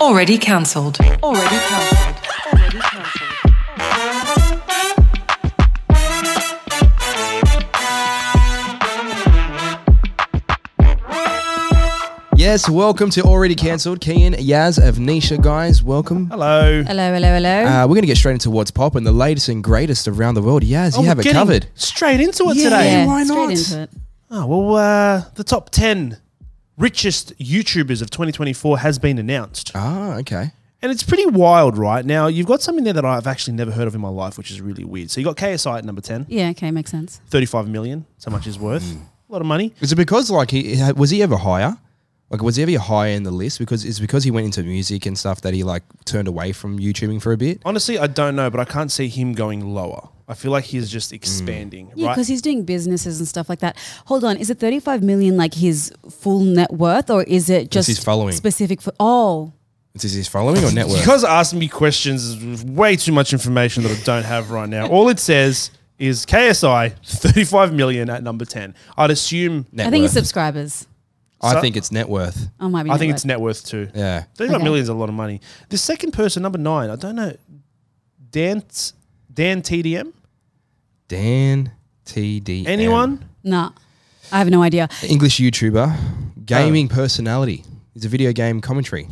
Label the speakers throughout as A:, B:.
A: Already cancelled. Already cancelled. Already cancelled.
B: Yes, welcome to Already Cancelled. Kian, Yaz, Avnisha, guys, welcome.
C: Hello.
D: Hello, hello, hello.
B: Uh, we're going to get straight into what's pop and the latest and greatest around the world. Yaz,
C: Oh,
B: you have
C: we're
B: it
C: getting
B: covered.
C: Straight into it
B: Yeah.
C: today.
B: Yeah. why
D: straight
B: not?
D: into it.
C: Oh, well, uh, the top 10 richest YouTubers of 2024 has been announced.
B: Ah, okay.
C: And it's pretty wild, right? Now, you've got something there that I've actually never heard of in my life, which is really weird. So you got KSI at number 10,
D: Yeah, okay, makes sense.
C: 35 million, so much is worth.
B: Mm.
C: A lot of money.
B: Is it because like he was he ever higher? Like was he ever higher in the list? Because it's because he went into music and stuff that he like turned away from YouTubing for a bit.
C: Honestly, I don't know, but I can't see him going lower. I feel like he's
B: Mm.
C: just expanding,
D: Yeah,
C: right?
D: because he's doing businesses and stuff like that. Hold on, is it 35 million like his full net worth or is it just
B: his following.
D: specific for Oh,
B: Is this his following or network?
C: You guys are asking me questions is way too much information that I don't have right now. All it says is KSI 35 million at number 10. I'd assume
B: Net
D: I think it's
B: worth.
D: subscribers.
B: I
C: So-
B: think it's net worth.
D: Oh, might be.
C: I think
D: network.
C: it's net worth too.
B: Yeah.
C: 35
D: Okay.
C: million is a lot of money. The second person, number 9, I don't know Dance Dan TDM?
B: Dan TD.
C: Anyone? Uh,
D: Nah, I have no idea.
B: English YouTuber, gaming personality. He's a video game commentary.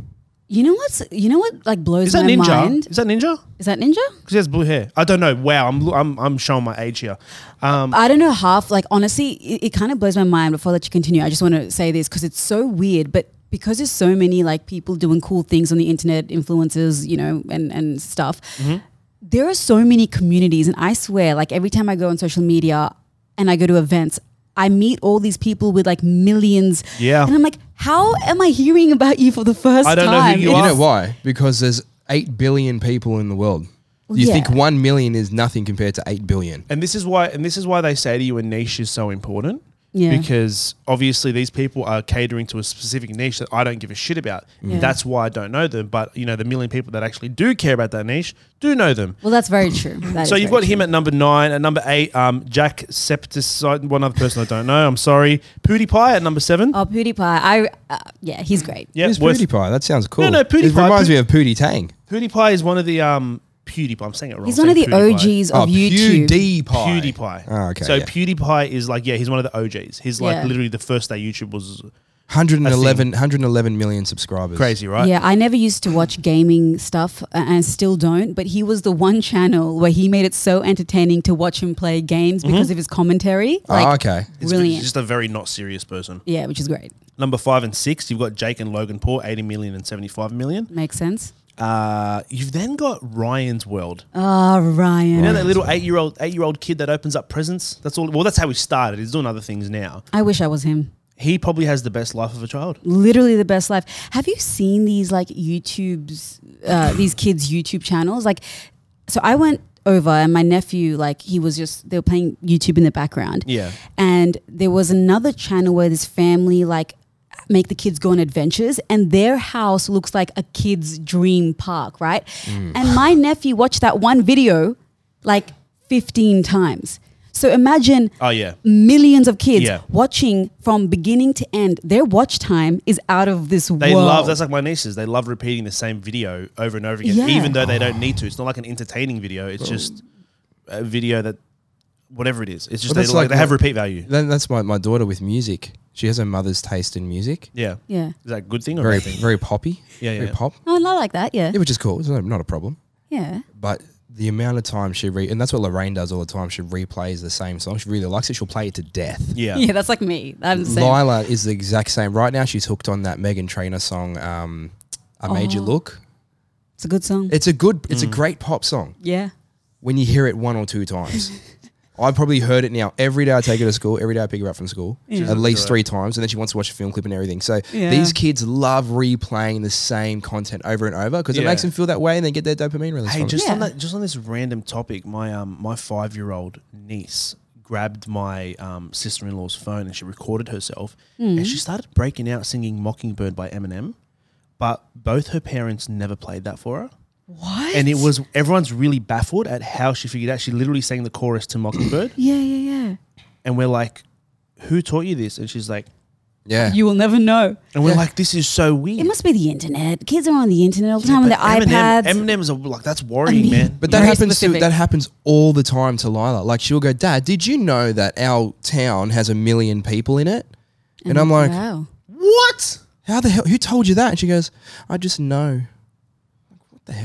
D: You know what's you know what like blows
C: Is that
D: my
C: Ninja?
D: mind?
C: Is that Ninja?
D: Is that Ninja?
C: Cuz he has blue hair. I don't know. Wow, I'm I'm I'm showing my age here. Um
D: I don't know half. Like honestly, it, it kind of blows my mind. Before I let you continue, I just want to say this because it's so weird, but because there's so many like people doing cool things on the internet, influencers, you know, and and stuff.
C: Mm-hmm.
D: There are so many communities, and I swear, like every time I go on social media and I go to events. I meet all these people with like millions,
C: Yeah.
D: and I'm like, how am I hearing about you for the first time?
C: I don't know who you
B: You
C: are.
B: know why? Because there's 8 billion people in the world.
D: Well,
B: you
D: yeah.
B: think 1 million is nothing compared to 8 billion.
C: And this is why and this is why they say to you a niche is so important.
D: Yeah.
C: Because obviously these people are catering to a specific niche that I don't give a shit about.
D: Yeah.
C: That's why I don't know them. But you know, the million people that actually do care about that niche do know them.
D: Well, that's very true. That
C: so
D: is
C: you've
D: very
C: got him at number nine, at number eight, um, Jack Septis, one other person I don't know. I'm sorry, PewDiePie at number seven.
D: Oh, PewDiePie. I uh, yeah, he's great.
C: yeah,
B: Who's
C: worth-
B: PewDiePie? That sounds cool.
C: No, no,
B: It
C: PewDiePie-
B: reminds
C: Pew-
B: me of Pootie Tang.
C: PewDiePie is one of the um, PewDiePie. I'm saying it wrong.
D: He's
C: I'm
D: one of the
C: saying PewDiePie.
D: OGs of YouTube.
B: Oh, PewDiePie.
C: PewDiePie.
B: Oh, okay,
C: So
B: yeah.
C: PewDiePie is like, yeah, he's one of the OGs. He's like
D: Yeah.
C: literally the first day YouTube was
B: 111, 111 million subscribers.
C: crazy, right?
D: Yeah, I never used to watch gaming stuff uh, and still don't, but he was the one channel where he made it so entertaining to watch him play games because of his commentary. Like,
B: oh, okay.
C: He's
D: Brilliant.
C: just a very not serious person.
D: Yeah, which is great.
C: Number five and six, you've got Jake and Logan Paul, 80 million and 75 million.
D: Makes sense.
C: Uh, you've then got Ryan's World.
B: Oh,
D: Ah, Ryan.
C: You know that little eight year old eight year old kid that opens up presents? That's all well, that's how he started. He's doing other things now.
D: I wish I was him.
C: He probably has the best life of a child.
D: Literally the best life. Have you seen these like YouTube's, uh, these kids' YouTube channels? Like, so I went over and my nephew, like, he was just, they were playing YouTube in the background.
C: Yeah.
D: and there was another channel where this family like make the kids go on adventures and their house looks like a kid's dream park right and my nephew watched that one video like 15 times so imagine
C: Oh yeah.
D: millions of kids
C: Yeah.
D: watching from beginning to end their watch time is out of this
C: They
D: world
C: love that's like my nieces. They love repeating the same video over and over again,
D: Yeah.
C: even though they don't need to. It's not like an entertaining video. It's just a video that whatever it is. It's just
B: Well,
C: they,
B: that's
C: like,
B: like
C: they have
B: what-
C: repeat value.
B: Then that's my, my daughter with music. She has her mother's taste in music.
C: Yeah.
D: yeah
C: Is that a good thing or a
B: Very
C: bad thing?
B: very poppy.
C: Yeah, yeah,
B: Very
C: yeah.
B: pop.
D: oh, i like that yeah
B: Yeah, which is cool. It's not not a problem.
D: yeah
B: But the amount of time she re and that's what Lorraine does all the time. She replays the same song. She really likes it. She'll play it to death.
C: Yeah.
D: yeah that's like me i'm the same.
B: Lila is the exact same. Right now, she's hooked on that Megan Trainor song, um, "I Made
D: Oh.
B: You Look."
D: it's a good song
B: It's a good, it's a
C: Mm.
B: great pop song
D: yeah
B: when you hear it one or two times. I probably heard it now every day. I take her to school. Every day I pick her up from school, at least three times, and then she wants to watch a film clip and everything. So
D: Yeah.
B: these kids love replaying the same content over and over because it
C: Yeah.
B: makes them feel that way, and they get their dopamine release.
C: Hey,
B: from it.
C: just on
D: Yeah.
C: that, just on this random topic, my um my five year old niece grabbed my um, sister in law's phone and she recorded herself and
D: Hmm.
C: she started breaking out singing Mockingbird by Eminem, but both her parents never played that for her.
D: what
C: And it was everyone's really baffled at how she figured out. She literally sang the chorus to Mockingbird,
D: yeah yeah yeah
C: and we're like, "Who taught you this?" And she's like,
B: Yeah.
D: You will never know.
C: And we're like, this is so weird.
D: It must be the internet. Kids are on the internet all the time
C: But
D: on their iPads.
C: M&M's are like that's worrying, man.
B: But that
D: Very
B: happens to,
D: specific.
B: that happens all the time to Lila. Like she'll go, Dad, did you know that our town has a million people in it? And, I'm like,
D: wow.
B: What? How the hell? Who told you that? And she goes, I just know.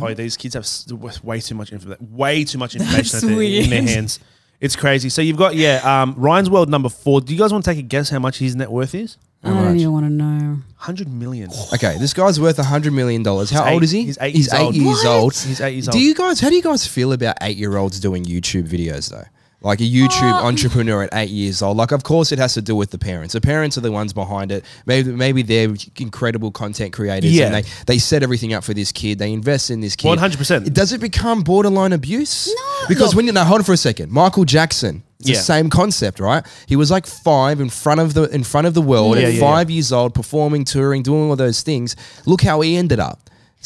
C: Oh, these kids have s- way too much information. Way too much information
D: That's
C: at their- in their
D: weird.
C: hands. It's crazy. So you've got yeah, um, Ryan's World number four. Do you guys want to take a guess how much his net worth is?
D: I don't even want to know.
C: Hundred million.
B: Okay, this guy's worth hundred million dollars. How
C: Oh. He's
B: old
C: eight-
B: is he?
C: he's eight
B: he's
C: years
B: eight
C: old.
B: years
C: What?
B: old.
C: He's eight years
B: Do
C: old.
B: you guys? How do you guys feel about eight-year-olds doing YouTube videos though? Like a YouTube entrepreneur at eight years old. Like, of course, it has to do with the parents. The parents are the ones behind it. Maybe, maybe they're incredible content creators,
C: Yeah.
B: and they they set everything up for this kid. They invest in this kid.
C: 100%.
B: Does it become borderline abuse?
D: No.
B: Because
D: Look-
B: when you now hold on for a second, Michael Jackson. It's
C: Yeah.
B: the same concept, right? He was like five in front of the in front of the world
C: Yeah,
B: at
C: yeah, yeah.
B: five years old, performing, touring, doing all those things. Look how he ended up.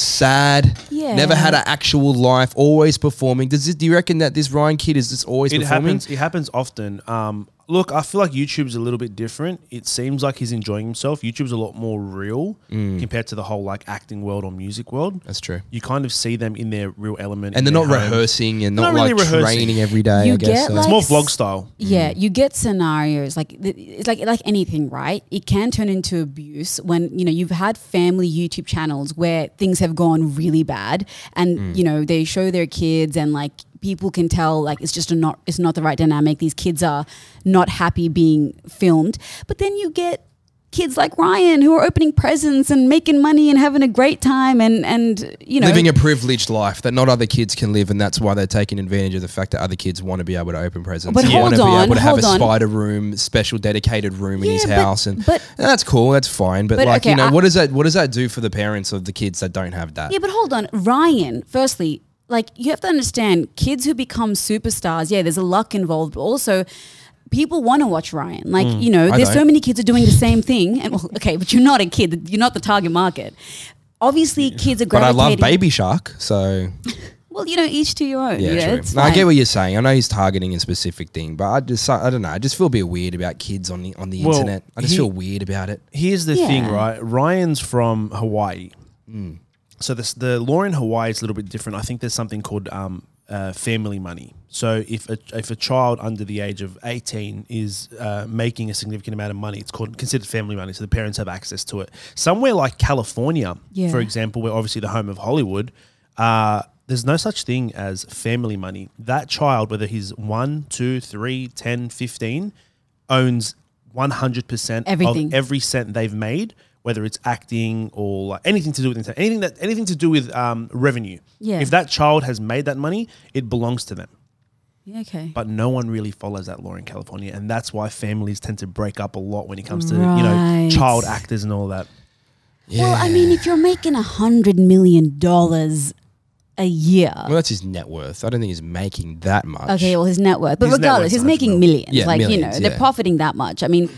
B: Sad.
D: Yeah.
B: Never had an actual life. Always performing. Does it, do you reckon that this Ryan kid is just always
C: It
B: performing?
C: happens. It happens often. Um, look, I feel like YouTube's a little bit different. It seems like he's enjoying himself. YouTube's a lot more real compared to the whole like acting world or music world.
B: Mm. That's true.
C: You kind of see them in their real element,
B: And
C: in
B: they're
C: their
B: not
C: home.
B: rehearsing and not,
C: Not really
B: like
C: rehearsing.
B: training every day.
D: You
B: I guess
D: get,
B: so.
C: It's
D: like,
C: more vlog style.
D: Yeah, you get scenarios like th- it's like like anything, right? It can turn into abuse when you know you've had family YouTube channels where things have gone really bad, and you know they show their kids and like people can tell like it's just a not it's not the right dynamic. These kids are not happy being filmed, but then you get kids like Ryan who are opening presents and making money and having a great time and and you know
B: Living a privileged life that not other kids can live, and that's why they're taking advantage of the fact that other kids want to be able to open presents,
D: But
B: want to
D: hold
B: be
D: on,
B: able to have a
D: hold on.
B: spider room, special dedicated room in
D: Yeah,
B: his
D: but-
B: house, and,
D: but-
B: and that's cool, that's fine. But,
D: But,
B: like you
D: okay,
B: know,
D: I-
B: what does that what does that do for the parents of the kids that don't have that?
D: Yeah, but hold on. Ryan, firstly, like you have to understand kids who become superstars, yeah, there's a luck involved, but also people want to watch Ryan. Like, you know,
B: Mm, I
D: there's so
B: don't.
D: many kids are doing the same thing. And well, okay, but you're not a kid, you're not the target market. Obviously, kids are
B: but I
D: gravitating.
B: love Baby Shark, so
D: Well, you know, each to your own.
B: Yeah,
D: Yeah,
B: true.
D: it's
B: No, I get
D: fine.
B: what you're saying. I know he's targeting a specific thing, but I just I don't know. I just feel a bit weird about kids on the on the
C: Well,
B: internet. I just
C: he-
B: feel weird about it.
C: Here's the thing,
D: Yeah.
C: right? Ryan's from Hawaii. So this, the law in Hawaii is a little bit different. I think there's something called um, uh, family money. So if a, if a child under the age of 18 is uh, making a significant amount of money, it's called considered family money. So the parents have access to it. Somewhere like California,
D: Yeah.
C: for example, where obviously the home of Hollywood, uh, there's no such thing as family money. That child, whether he's 1, 2, 3, 10, 15, owns 100%
D: Everything.
C: of every cent they've made, whether it's acting or like anything to do with intent, anything that anything to do with um, revenue.
D: Yeah.
C: If that child has made that money, it belongs to them.
D: Yeah, okay.
C: But no one really follows that law in California, and that's why families tend to break up a lot when it comes to you know
D: Right.
C: child actors and all that.
D: Well, I mean, if you're making a hundred million dollars a year.
B: Well, that's his net worth. I don't think he's making that much.
D: Okay, well, his net worth. But
C: His net worth's
D: regardless, he's
C: 100
D: making
C: million.
D: millions.
B: Yeah,
D: like, you know,
B: millions, yeah.
D: they're profiting that much. I mean,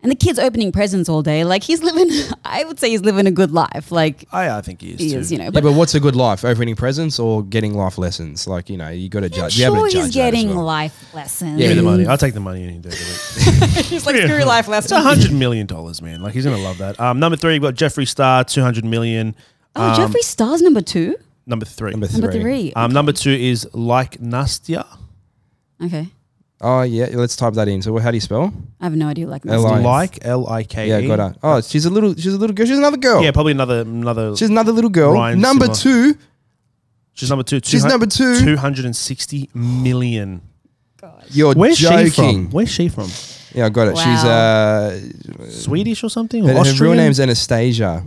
D: and the kid's opening presents all day. Like, he's living, I would say he's living a good life. Like,
C: I, I think he is.
D: he
C: too.
D: is, you know.
B: yeah,
D: But,
B: but what's a good life? Opening presents or getting life lessons? Like you know, you got to
D: I'm
B: judge. be able
D: sure
B: to judge
D: he's
B: that as
D: getting
B: well.
D: life lessons.
C: Give me the money. I'll take the money any day. of the week.
D: he's like, screw life
C: It's a
D: lessons.
C: hundred million dollars, man. Like he's gonna love that. Um, number three, we've got Jeffree Star, two hundred million.
D: Oh, Jeffree Star's number two?
C: Number Um, three.
B: Number three.
D: Number three.
C: um, number two is like Nastia.
D: okay.
B: Oh yeah, let's type that in. So how do you spell?
D: I have no idea. Like,
B: L I-
D: Nastia.
C: Like L I K E.
B: Yeah, got her. Oh, she's a little. She's a little girl. She's another girl.
C: Yeah, probably another another.
B: Oh. She's
C: She's,
B: another little girl.
C: Ryan
B: number two.
C: number two.
B: She's number two.
C: Two hundred and sixty million.
B: You're
C: Where's
B: joking.
C: she from? Where's she from?
B: Yeah, I got it. She's
D: Wow.
B: uh,
C: Swedish or something? Or
B: her, her
C: Austrian?
B: real name's Anastasia.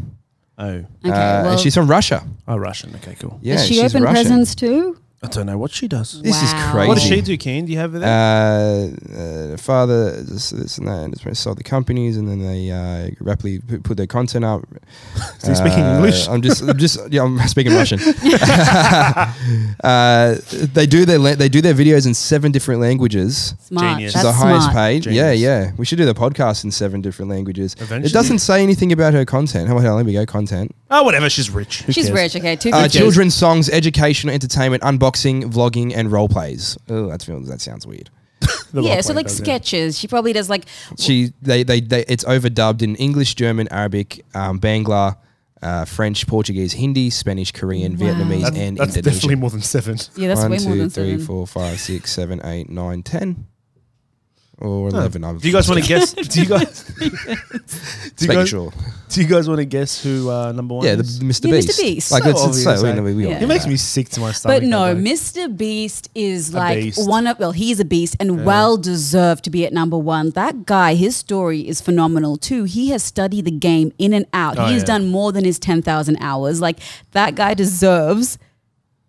C: Oh,
D: Okay,
B: uh,
D: well,
B: and she's from Russia.
C: oh, Russian. Okay, cool.
B: Yeah,
D: does she
B: she's
D: open
B: Russian.
D: presents too?
C: I don't know what she does.
B: This is
D: Wow.
B: crazy.
C: What does she do, Keen? Do you have it there?
B: Uh, uh, father, this, this and that, and it's sold the companies, and then they uh, rapidly pu- put their content out.
C: he speaking
B: Uh,
C: English?
B: I'm just, I'm just, yeah, I'm speaking Russian. uh, they do their la- they do their videos in seven different languages.
D: Smart.
C: Genius.
B: She's
D: That's
B: the highest
D: smart.
B: paid. Yeah,
C: Genius.
B: yeah. We should do the podcast in seven different languages.
C: Eventually.
B: It doesn't say anything about her content. How about there we go? Content.
C: oh, whatever. She's rich. Who
D: She's
C: cares?
D: rich. Okay, two
B: Uh,
D: fifty.
B: children's songs, educational entertainment, unboxing, vlogging, and role plays. Oh, that feels that sounds weird.
C: The
D: yeah,
C: role
D: so
C: play
D: like
C: does, yeah.
D: sketches. She probably does like
B: She they, they they it's overdubbed in English, German, Arabic, um, Bangla, uh, French, Portuguese, Hindi, Spanish, Korean,
D: Wow.
B: Vietnamese,
D: That's-
B: and
C: That's
B: Indonesian.
C: definitely more than seven.
D: yeah, that's
B: One,
D: way more
B: two,
D: than
B: three,
D: seven.
B: four, five, six, seven, eight, nine, ten. Or
C: Oh.
B: eleven. I've-
C: Do you guys want to guess? Do you guys? do,
B: Just
C: you
B: making
C: guys
B: sure.
C: do you guys want to guess who uh, number one?
B: Yeah, the
C: is?
B: Mr.
D: Yeah, Mr.
B: Beast.
D: Beast.
B: Like
C: So
B: it's, it's
C: obvious,
B: so
C: eh?
B: we, we all
D: Yeah.
B: know
C: it makes
B: that.
C: me sick to my stomach.
D: But
C: that,
D: no,
C: though.
D: Mr. Beast
C: A
D: is like
C: beast.
D: one of well, he's a beast and well deserved to be at number one. That guy, his story is phenomenal too. He has studied the game in and out.
C: Oh,
D: He's
C: yeah.
D: done more than his ten thousand hours. Like that guy deserves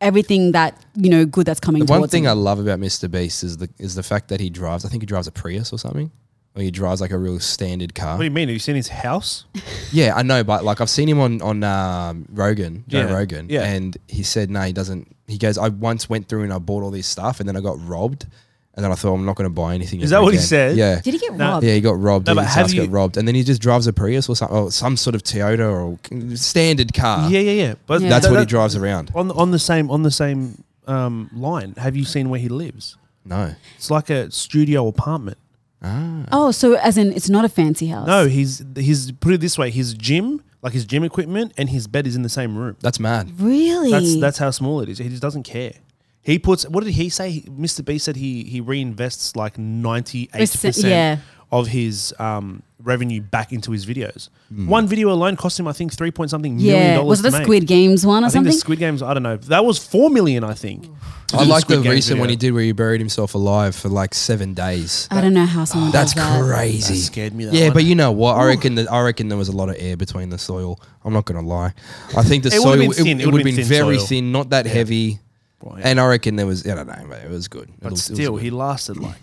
D: everything that you know good that's coming.
B: The one
D: towards
B: thing
D: him.
B: I love about Mr. Beast is the is the fact that he drives. I think he drives a Prius or something. Or he drives like a real standard car.
C: What do you mean? Have you seen his house?
B: Yeah, I know, but like I've seen him on on um, Rogan, Joe
C: Yeah,
B: Rogan,
C: yeah.
B: and he said no, he doesn't. He goes, I once went through and I bought all this stuff, and then I got robbed, and then I thought I'm not going to buy anything.
C: Is
B: ever
C: that what he
B: again."
C: said?
B: Yeah,
D: did he get
C: No.
D: robbed?
B: yeah, he got robbed.
C: No,
B: and
C: but
B: his
C: have
B: house
C: you-
B: got robbed, and then he just drives a Prius or some or some sort of Toyota or c- standard car.
C: yeah, yeah, yeah. But
D: Yeah.
B: that's
C: that-
B: what he
C: that-
B: drives around.
C: on the, on the same on the same um, line. Have you seen where he lives?
B: No,
C: It's like a studio apartment.
D: Oh, so as in it's not a fancy house.
C: No, he's he's put it this way: his gym, like his gym equipment, and his bed is in the same room.
B: that's mad.
D: really.
C: That's that's how small it is. He just doesn't care. He puts. What did he say? He- Mr. B said he he reinvests like ninety eight
D: Percent- yeah.
C: percent of his um, revenue back into his videos.
B: Hmm.
C: One video alone cost him, I think, three point something million
D: yeah.
C: dollars.
D: Was it
C: to
D: the
C: make.
D: Squid Games one or
C: I think
D: something?
C: the Squid Games. I don't know. That was four million, I think.
B: I like the
C: Squid Games
B: recent one
C: video.
B: he did where he buried himself alive for like seven days.
D: Oh, I don't know how someone
B: That's
D: does that.
B: crazy.
C: That scared me, that
B: yeah,
C: one.
B: but you know what? I reckon that I reckon there was a lot of air between the soil. I'm not gonna lie. I think the
C: It would've
B: soil
C: been
B: it,
C: thin. It
B: would have
C: would've
B: been,
C: been thin
B: very
C: soil.
B: thin, not that heavy.
C: Right.
B: And I reckon there was I don't know, mate, it was good. It
C: But
B: was- it was
C: still,
B: good.
C: he lasted like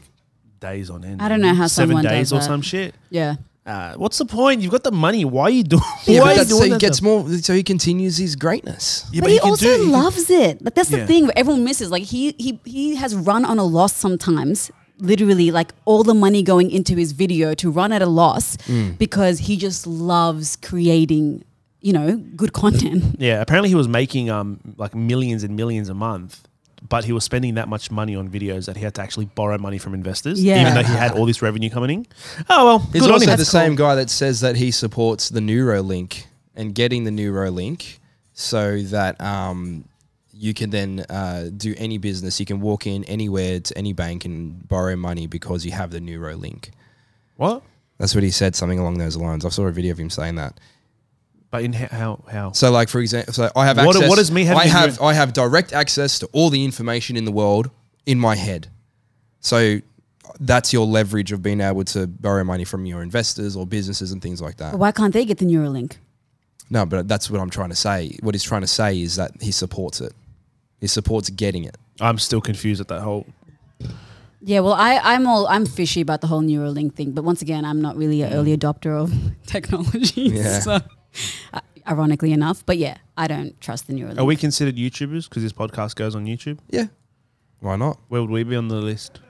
C: days on end.
D: I don't know how
C: seven
D: someone
C: days
D: does
C: or
D: that.
C: some shit.
D: Yeah.
C: Uh, what's the point? You've got the money. Why are you doing?
B: yeah, but
C: why are you
B: that's, so
C: doing
B: he
C: that
B: gets
C: stuff?
B: more so he continues his greatness.
C: Yeah,
D: but, he,
C: can
D: also
C: do- can-
D: loves it. Like that's
C: Yeah.
D: the thing. Everyone misses. Like he he he has run on a loss sometimes. Literally, like all the money going into his video to run at a loss
C: Mm.
D: because he just loves creating, you know, good content.
C: Yeah, apparently he was making um like millions and millions a month, but he was spending that much money on videos that he had to actually borrow money from investors.
D: Yeah.
C: even though he had all this revenue coming in. Oh well,
B: He's
C: good on
B: also
C: him.
B: the same guy that says that he supports the Neuralink and getting the Neuralink so that um, you can then uh, do any business. You can walk in anywhere to any bank and borrow money because you have the Neuralink.
C: What?
B: That's what he said, something along those lines. I saw a video of him saying that.
C: But in ho- how how?
B: So, like for example, so I have
C: What-
B: access.
C: what does me having
B: I
C: a
B: have
C: Neuro-
B: I have direct access to all the information in the world in my head. So that's your leverage of being able to borrow money from your investors or businesses and things like that.
D: Why can't they get the Neuralink?
B: No, but that's what I'm trying to say. What he's trying to say is that he supports it. He supports getting it.
C: I'm still confused at that whole.
D: Yeah, well, I, I'm all I'm fishy about the whole Neuralink thing, but once again, I'm not really an
C: Mm.
D: early adopter of technology.
B: Yeah.
D: So, uh, ironically enough, but yeah, I don't trust the Neuralink.
C: Are we considered YouTubers because this podcast goes on YouTube?
B: Yeah. Why not?
C: Where would we be on the list?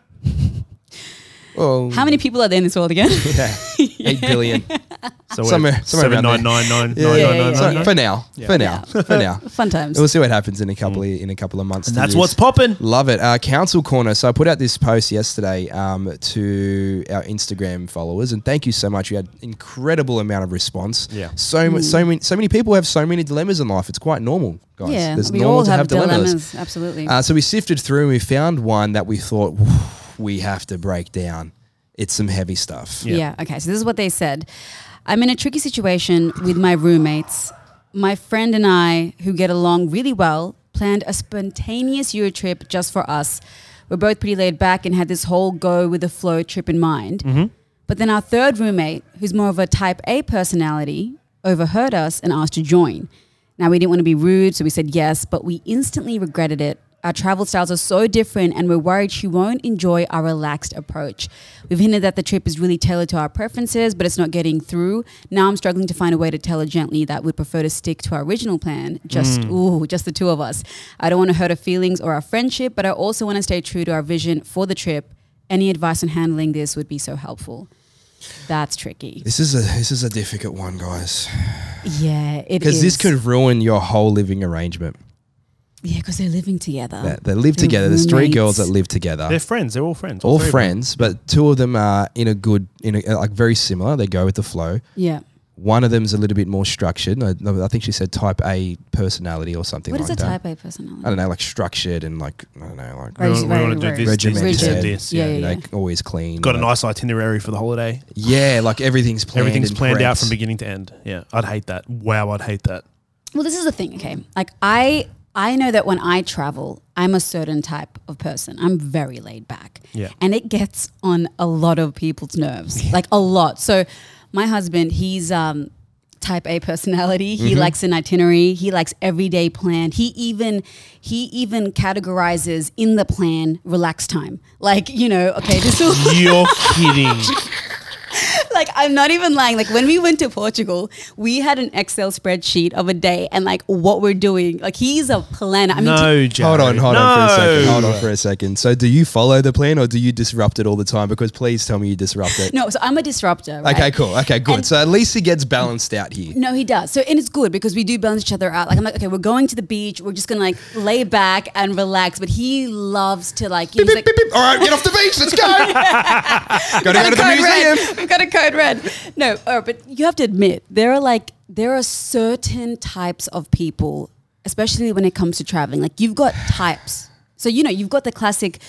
B: Well,
D: How many people are there in this world again?
B: Yeah. Eight billion.
C: So we're
B: Somewhere- somewhere
C: seven
B: around
C: nine nine nine
B: Yeah,
C: nine
D: yeah,
C: nine nine
D: yeah,
B: So,
C: nine.
B: For now. For now. For now.
D: Fun times.
B: We'll see what happens in a couple of, in a couple of months.
C: And
B: to
C: that's
B: years.
C: what's popping.
B: Love it. Uh, Council Corner. So I put out this post yesterday um, to our Instagram followers, and thank you so much. You had incredible amount of response.
C: Yeah.
B: So mu-
D: Mm.
B: so many so many people have so many dilemmas in life. It's quite normal, guys.
D: yeah,
B: There's
D: we
B: normal
D: all
B: to
D: have,
B: have
D: dilemmas. Absolutely.
B: Uh, so we sifted through and we found one that we thought "Whew, we have to break down. It's some heavy stuff.
C: Yeah.
D: Yeah. Okay. So this is what they said. I'm in a tricky situation with my roommates. My friend and I, who get along really well, planned a spontaneous Euro trip just for us. We're both pretty laid back and had this whole go with the flow trip in mind.
B: Mm-hmm.
D: But then our third roommate, who's more of a type A personality, overheard us and asked to join. Now, we didn't want to be rude, so we said yes, but we instantly regretted it. Our travel styles are so different, and we're worried she won't enjoy our relaxed approach. We've hinted that the trip is really tailored to our preferences, but it's not getting through. Now I'm struggling to find a way to tell her gently that we'd prefer to stick to our original plan, just ooh, just the two of us. I don't want to hurt her feelings or our friendship, but I also want to stay true to our vision for the trip. Any advice on handling this would be so helpful. That's tricky.
B: This is a this is a difficult one, guys,
D: Yeah, it is.
B: because this could ruin your whole living arrangement.
D: Yeah, because they're living together.
B: They, they live
D: They're
B: together. There's three girls that
D: roommates.
B: live together.
C: They're friends. They're all friends.
B: all
C: three of them.
B: friends, but two of them are in a good, in a, uh, like very similar. They go with the flow.
D: Yeah.
B: One of them's a little bit more structured. I, I think she said type A personality or something
D: What is
B: like
D: a
B: that.
D: type A
B: I
D: personality?
B: don't know, like structured and like I don't know, like
D: Right.
C: We,
D: Very-
C: want to
D: very
C: do this, this,
B: regimented.
C: this, and
B: Rigid.
C: this.
D: Yeah,
C: Yeah.
D: yeah,
B: you know,
D: yeah.
B: always clean.
C: Got a
B: like-
C: nice itinerary for the holiday.
B: yeah, like everything's planned.
C: Everything's
B: and
C: planned out
B: prepped.
C: from beginning to end. Yeah, I'd hate that. Wow, I'd hate that.
D: Well, this is the thing, okay? Like I I know that when I travel, I'm a certain type of person. I'm very laid back.
C: Yeah.
D: And it gets on a lot of people's nerves. Like a lot. So my husband, he's um type A personality. He likes an itinerary. He likes everyday plan. He even he even categorizes in the plan relax time. Like, you know, okay, this will
C: You're kidding.
D: like I'm not even lying. Like when we went to Portugal, we had an Excel spreadsheet of a day and like what we're doing. Like he's a planner. I mean, to-
C: No, Jared.
B: Hold on, hold
C: no.
B: on for a second. Hold on for a second. So, do you follow the plan or do you disrupt it all the time? Because please tell me you disrupt it.
D: no. So I'm a disruptor. Right?
B: Okay, cool. Okay, good.
D: And-
B: so at least he gets balanced out here.
D: No, he does. So and it's good because we do balance each other out. Like I'm like, okay, we're going to the beach. We're just gonna like lay back and relax. But he loves to like. He's like,
B: Beep, beep. All right, get off the beach. Let's go. Gotta go to the
D: code
B: museum.
D: red. We've got a code red. No, uh, but you have to admit there are like there are certain types of people, especially when it comes to traveling. Like you've got types. So you know you've got the classic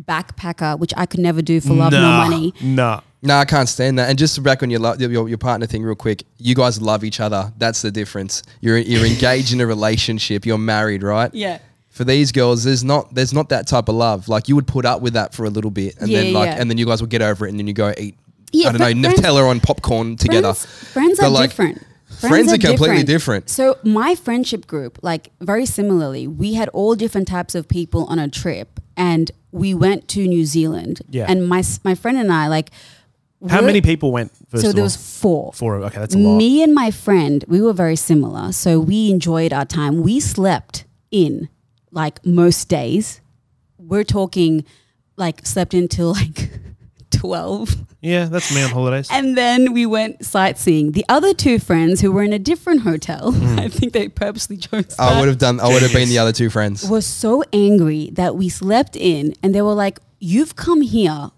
D: backpacker, which I could never do for love nor money.
C: Nah.
B: No, I can't stand that. And just back on your, lo- your your partner thing, real quick. You guys love each other. That's the difference. You're you're engaged in a relationship. You're married, right?
D: Yeah.
B: For these girls, there's not there's not that type of love. Like you would put up with that for a little bit, and then
D: Yeah,
B: like
D: yeah.
B: and then you guys will get over it, and then you go eat.
D: Yeah,
B: I don't
D: fri-
B: know
D: friends-
B: Nutella on popcorn together.
D: Friends, friends
B: But,
D: are
B: like,
D: different.
B: Friends, are, completely different.
D: So my friendship group, like very similarly, we had all different types of people on a trip, and we went to New Zealand.
C: Yeah.
D: And my s- my friend and I, like,
C: How
D: we're-
C: many people went? First
D: So
C: of
D: there
C: all?
D: was four.
C: four. Okay, that's a lot.
D: Me and my friend, we were very similar. So we enjoyed our time. We slept in like most days. We're talking like slept until like 12.
C: Yeah, that's me on holidays.
D: And then we went sightseeing. The other two friends who were in a different hotel,
B: Hmm.
D: I think they purposely chose that,
B: I would have done. I would have been the other two friends.
D: were so angry that we slept in and they were like, You've come here.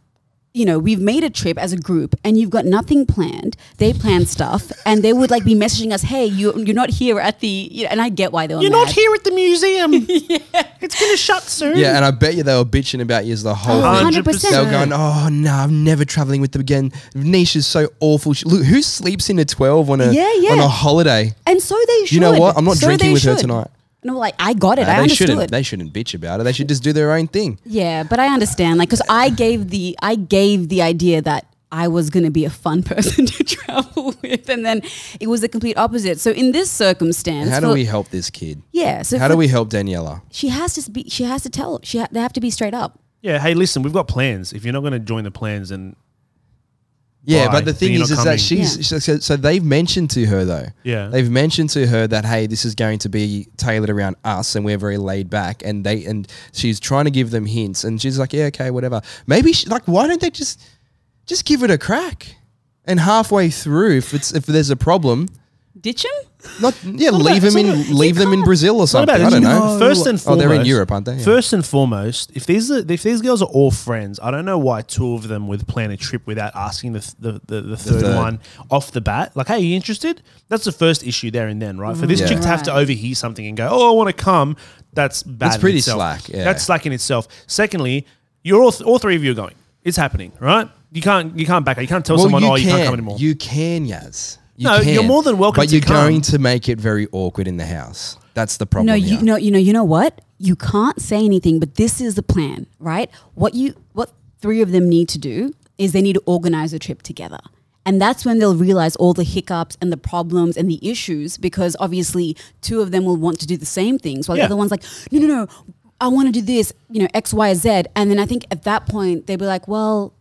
D: You know, we've made a trip as a group and you've got nothing planned. They planned stuff and they would like be messaging us, hey, you, you're not here at the, you know, and I get why they were
C: You're not
D: mad.
C: here at the museum. It's gonna shut soon.
B: Yeah, and I bet you they were bitching about you the whole
D: Oh,
B: thing.
D: 100%.
B: They were going, oh no, I'm never traveling with them again. Nisha's so awful. She, look, who sleeps in a twelve on a
D: Yeah, yeah.
B: on a holiday?
D: And so they should.
B: You know what? I'm not
D: So
B: drinking
D: they
B: with her
D: should.
B: tonight.
D: No, like I got it.
B: Nah,
D: I
B: they
D: understood.
B: shouldn't. They shouldn't bitch about it. They should just do their own thing.
D: Yeah, but I understand, like, because I gave the I gave the idea that I was going to be a fun person to travel with, and then it was the complete opposite. So in this circumstance,
B: And how do
D: for-
B: we help this kid?
D: Yeah, so
B: How
D: for-
B: do we help Daniela?
D: She has to be. She has to tell. She ha- they have to be straight up.
C: Yeah. Hey, listen, we've got plans. If you're not gonna join the plans, then
B: Yeah,
C: Why?
B: but the
C: Then
B: thing
C: you're
B: is,
C: not
B: is that
C: coming.
B: she's so- so, so they've mentioned to her though.
C: Yeah.
B: they've mentioned to her that hey, this is going to be tailored around us, and we're very laid back, and they and she's trying to give them hints, and she's like, yeah, okay, whatever. Maybe she, like, why don't they just just give it a crack? And halfway through, if it's if there's a problem,
D: Ditch him.
B: not yeah,
C: not
B: leave them
C: about- it's not
B: in,
C: about-
B: leave
C: you
B: them in
C: can't-
B: Brazil or
C: What
B: something.
C: about
B: I
C: it?
B: don't know.
C: No. First and
B: oh,
C: foremost,
B: they're in Europe, aren't they? Yeah.
C: First and foremost, if these are, if these girls are all friends, I don't know why two of them would plan a trip without asking the th- the, the, the third
B: third.
C: one off the bat. Like, hey, are you interested? That's the first issue there and then, right? For this
B: Mm. Yeah.
C: chick to have to
D: Right.
C: overhear something and go, "Oh, I want to come," that's bad.
B: That's
C: in
B: pretty
C: itself.
B: slack, yeah.
C: That's slack in itself. Secondly, you're all, th- all three of you are going. It's happening, right? You can't you can't back out. You can't tell someone, "Oh, you can't come anymore."
B: You can, Yaz. You
C: No,
B: can.
C: you're more than welcome
B: But
C: to
B: you're
C: come.
B: going to make it very awkward in the house. That's the problem.
D: No,
B: here.
D: you know, you know, you know what? You can't say anything, but this is the plan, right? What you, what three of them need to do is they need to organize a trip together, and that's when they'll realize all the hiccups and the problems and the issues because obviously two of them will want to do the same things, while
C: Yeah.
D: the other one's like, no, no, no, I want to do this, you know, X, Y, Z, and then I think at that point they'll be like, well,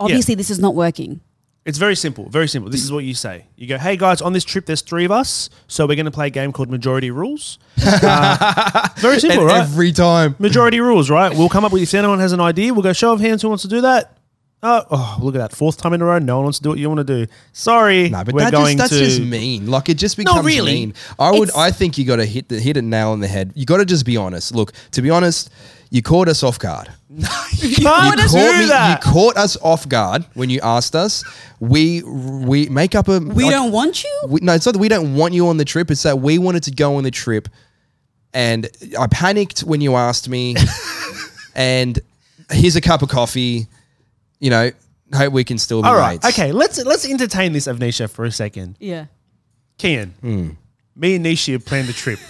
D: obviously this is not working.
C: It's very simple, very simple. This is what you say. You go, hey guys, on this trip, there's three of us, so we're going to play a game called Majority Rules. Uh, very simple,
B: And
C: right?
B: every time.
C: majority Rules, right? We'll come up with, if anyone has an idea, we'll go, show of hands, who wants to do that? Oh, oh, look at that. Fourth time in a row. No one wants to do what you want to do. Sorry.
B: No, but that just, that's just mean. Like it just becomes
C: really.
B: mean. I would.
D: It's-
B: I think you got to hit the hit a nail on the head. You got to just be honest. Look, to be honest, you caught us off guard.
C: You can't do
B: caught me-
C: that.
B: You caught us off guard when you asked us. We we make up a.
D: We don't want you.
B: We, no, it's not that we don't want you on the trip. It's that we wanted to go on the trip, and I panicked when you asked me. and here's a cup of coffee. You know, hope we can still be
C: All right.
B: mates.
C: Okay. Let's let's entertain this Avnisha for a second.
D: yeah.
C: Kian,
B: Hmm.
C: me and Nisha planned the trip,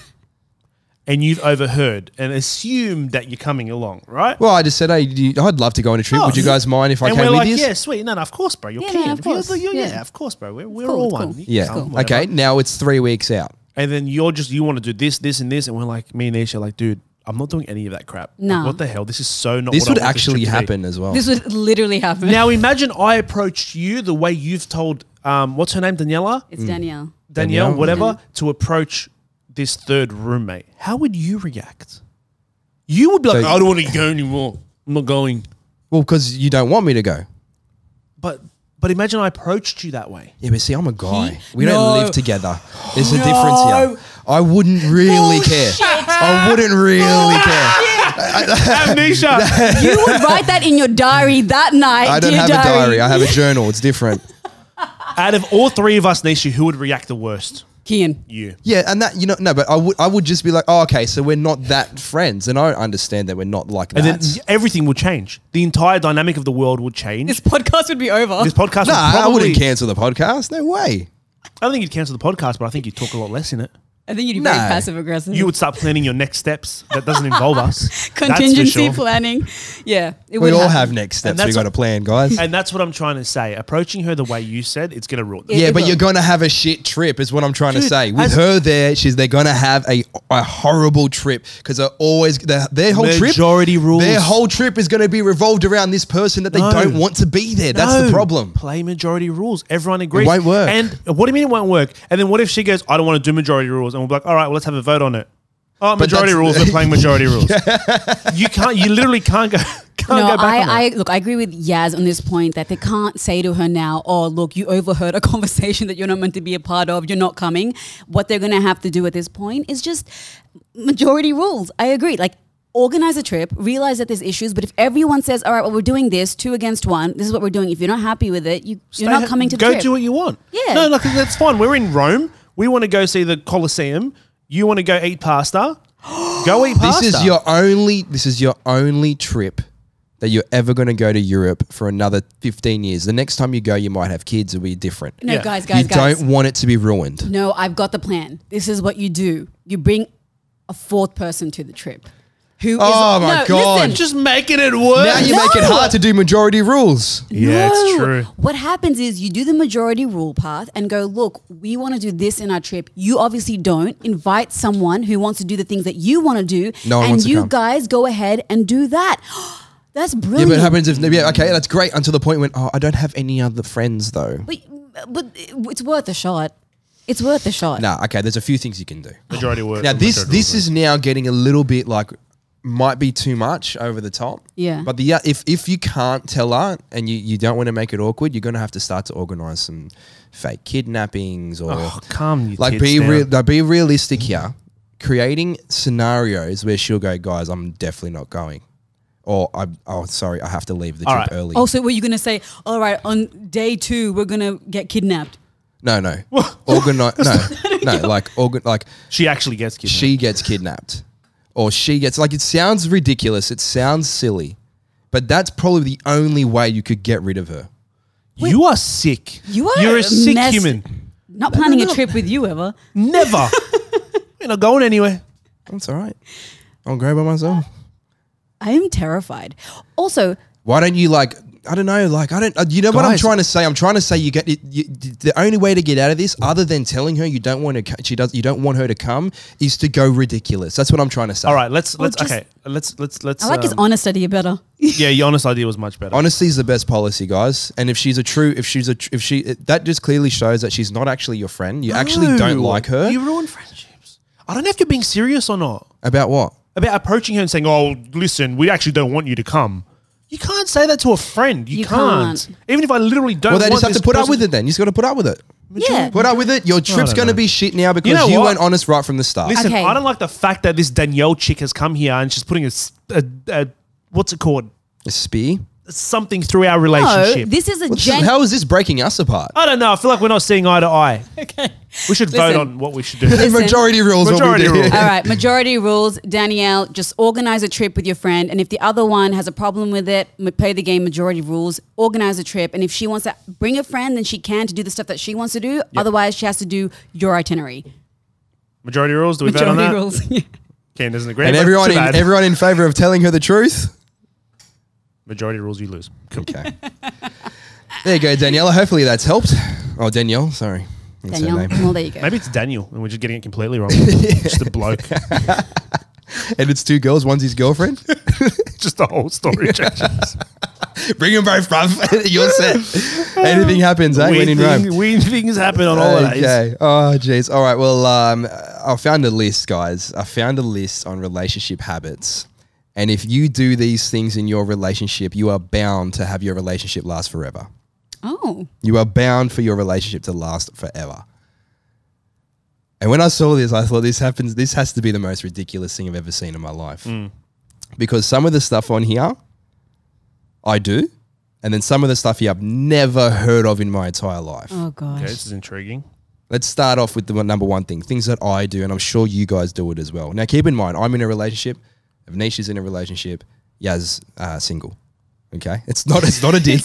C: and you've overheard and assumed that you're coming along, right?
B: Well, I just said, hey, you- I'd love to go on a trip.
C: Oh.
B: Would you guys mind if I
C: and
B: came
C: we're
B: with
C: like,
B: you?
C: yeah, sweet. No, no, of course, bro. You're
D: Yeah, no,
C: Kian.
D: of
C: You're-
D: course.
C: you're- yeah.
D: Yeah.
C: of course, bro. We're, we're
D: cool,
C: all
D: it's
C: one.
D: cool.
C: You
B: Yeah.
C: can come, whatever.
B: okay. Now it's three weeks out.
C: And then you're just you want to do this, this, and this, and we're like, me and Nisha, are like, dude, I'm not doing any of that crap. Like,
D: Nah.
C: what the hell? This is so not.
B: This
C: what I
B: would
C: want trip
B: actually
C: to be.
B: happen as well.
D: This would literally happen.
C: Now imagine I approached you the way you've told um, what's her name, Daniela,
D: it's Danielle.
C: Danielle,
B: Danielle,
C: whatever, to approach this third roommate. How would you react? You would be like,
B: So-
C: I don't want to go anymore. I'm not going.
B: well, because you don't want me to go.
C: But but imagine I approached you that way.
B: Yeah, but see, I'm a guy. we
D: No.
B: don't live together. There's a difference here. I wouldn't really care. I wouldn't really care.
C: Amnesia.
D: you would write that in your diary that night.
B: I don't
D: dear
B: have a diary. I have a journal. It's different.
C: Out of all three of us, Nisha, who would react the worst?
D: Kian.
C: You.
B: Yeah, and that you know no, but I would I would just be like, oh, okay, so we're not that friends, and I understand that we're not like
C: And
B: that.
C: then everything will change. The entire dynamic of the world will change.
D: This podcast would be over.
C: this podcast
B: nah,
C: would probably.
B: I wouldn't cancel the podcast. No way.
C: I don't think you'd cancel the podcast, but I think you'd talk a lot less in it.
D: I think you'd be
B: No.
D: very passive aggressive.
C: You would start planning your next steps that doesn't involve us. That's for
D: contingency
C: sure.
D: planning. Yeah, it
B: We
D: would
B: all
D: happen.
B: have next steps.
C: And
B: We
C: that's-
B: got a plan, guys.
C: And that's what I'm trying to say. Approaching her the way you said, it's going to ruin this.
D: It-
B: Yeah,
D: it
B: but
D: will.
B: you're gonna have a shit trip, is what I'm trying to
C: Dude,
B: say. With
C: as-
B: her there, she's they're gonna have a a horrible trip because they're always their, their whole
C: Majority
B: trip,
C: rules.
B: Their whole trip is gonna be revolved around this person that they
C: No.
B: don't want to be there. That's the
C: No.
B: problem.
C: Play majority rules. Everyone agrees.
B: won't work.
C: And what do you mean it won't work? And then what if she goes, I don't want to do majority rules? And we'll be like, all right, well, let's have a vote on it. Oh, majority
B: that's-
C: rules. We're playing majority rules. You can't. You literally can't go. Can't
D: No,
C: go back on that.
D: I, I look. I agree with Yaz on this point that they can't say to her now, "Oh, look, you overheard a conversation that you're not meant to be a part of. You're not coming." What they're going to have to do at this point is just majority rules. I agree. Like. Organize a trip, realize that there's issues, but if everyone says, All right, well, we're doing this, two against one, this is what we're doing. If you're not happy with it, you, you're
C: Stay-
D: not coming to the
C: go
D: trip.
C: do what you want.
D: Yeah.
C: No, look, that's fine. We're in Rome. We want to go see the Colosseum. You want to go eat pasta? go eat
B: This
C: pasta.
B: is your only. This is your only trip that you're ever gonna go to Europe for another 15 years. The next time you go, you might have kids. It'll be different.
D: no,
C: Yeah.
D: guys, guys,
B: you
D: guys.
B: don't want it to be ruined.
D: No, I've got the plan. This is what you do. You bring a fourth person to the trip. Who is
B: Oh my
D: no,
B: God.
D: listen.
C: just making it work.
B: Now you make it hard to do majority rules.
C: yeah, it's
D: No.
C: true.
D: What happens is you do the majority rule path and go, look, we want to do this in our trip. You obviously don't. Invite someone who wants to do the things that you want to do.
B: No one
D: and
B: wants to
D: you
B: come.
D: guys go ahead and do that. That's
B: Yeah,
D: brilliant.
B: but it happens if yeah, okay, that's great until the point when oh, I don't have any other friends though.
D: but, but it's worth a shot. It's worth a shot.
B: Nah, okay. There's a few things you can do.
C: Majority work.
B: Now this
C: majority
B: this
C: work.
B: is now getting a little bit like might be too much over the top.
D: Yeah.
B: But the yeah, if if you can't tell her and you, you don't want to make it awkward, you're gonna have to start to organize some fake kidnappings or
C: Oh, calm you
B: like
C: tits
B: be
C: down.
B: real like, be realistic here. Creating scenarios where she'll go, guys, I'm definitely not going. Or I'm oh sorry, I have to leave the
C: All
B: trip
C: right.
B: early.
D: Also, were you going to say, all right, on day two, we're going to get kidnapped?
B: No, no. Organize no. No, like organ like
C: She actually gets kidnapped.
B: she gets kidnapped or she gets like it sounds ridiculous it sounds silly but that's probably the only way you could get rid of her
C: you are sick.
D: You are
C: You're a sick
D: messed-
C: human.
D: Not planning a trip with you ever.
C: Never. You're not going anywhere.
B: that's all right i'll go by myself
D: I am terrified. Also,
B: why don't you like i don't know like i don't uh, you know what i'm
C: Guys.
B: trying to say i'm trying to say you get it, you, the only way to get out of this other than telling her you don't want to co- she does you don't want her to come is to go ridiculous that's what i'm trying to say
C: All right, let's let's
D: just-
C: okay. Let's let's let's.
D: I like his
C: um,
D: honest idea better.
C: Yeah, your honest idea was much better.
B: Honesty is the best policy, guys. And if she's a true, if she's a, tr- if she, that just clearly shows that she's not actually your friend. You actually don't
C: No,
B: like her.
C: You ruin friendships. I don't know if you're being serious or not
B: About what?
C: about approaching her and saying, "Oh, listen, we actually don't want you to come." You can't say that to a friend. You,
D: You
C: can't.
D: can't.
C: Even if I literally don't.
B: Well, they
C: want
B: just have
C: this
B: to put up
C: person-
B: with it then. You just got to put up with it.
D: Yeah.
B: Put up with it. Your trip's
C: don't
B: going to
C: know.
B: be shit now because you,
C: You know what?
B: weren't honest right from the start.
C: Listen,
D: Okay.
C: I don't like the fact that this Danielle chick has come here and she's putting a, s- a- a- what's it called
B: A spear?
C: something through our
D: No,
C: relationship.
D: this is a
B: What the-
D: gen-
B: how is this breaking us apart?
C: I don't know. I feel like we're not seeing eye to eye. Okay, we should vote
D: Listen.
C: on what we should do.
D: Listen.
B: Majority rules. what we
C: Majority
B: do.
C: rule.
D: All right, majority rules. Danielle, just organize a trip with your friend, and if the other one has a problem with it, m- play the game. Majority rules. Organize a trip, and if she wants to bring a friend, then she can to do the stuff that she wants to do. Otherwise, she has to do your itinerary.
C: Majority rules. Do we vote on
D: majority
C: that?
D: rules. Yeah.
C: Ken doesn't agree.
B: And
C: but
B: everyone
C: too
B: in,
C: bad.
B: everyone in favor of telling her the truth?
C: majority rules. You lose. Cool.
B: Okay. there you go, Daniela. Hopefully that's helped. Oh, Danielle, sorry. That's her
D: Danielle,
B: name.
D: well, there you go.
C: Maybe it's Daniel, and we're just getting it completely wrong. just a bloke.
B: And it's two girls. One's his girlfriend.
C: just the whole story changes.
B: Bring them both, bruv. You're set. Anything happens, eh? When in Rome.
C: thing- weird things happen on all of those.
B: Okay. Oh, jeez. All right. Well, um, I found a list, guys. I found a list on relationship habits. And if you do these things in your relationship, you are bound to have your relationship last forever.
D: oh,
B: You are bound for your relationship to last forever. And when I saw this, I thought this happens. This has to be the most ridiculous thing I've ever seen in my life. Because some of the stuff on here, I do. And then some of the stuff here I've never heard of in my entire life.
D: oh gosh.
C: Okay, this is intriguing.
B: Let's start off with the one- number one thing things that I do, and I'm sure you guys do it as well. Now, keep in mind, I'm in a relationship. Avnisha's in a relationship. Yaz uh, single. Okay, it's not. It's not a dick.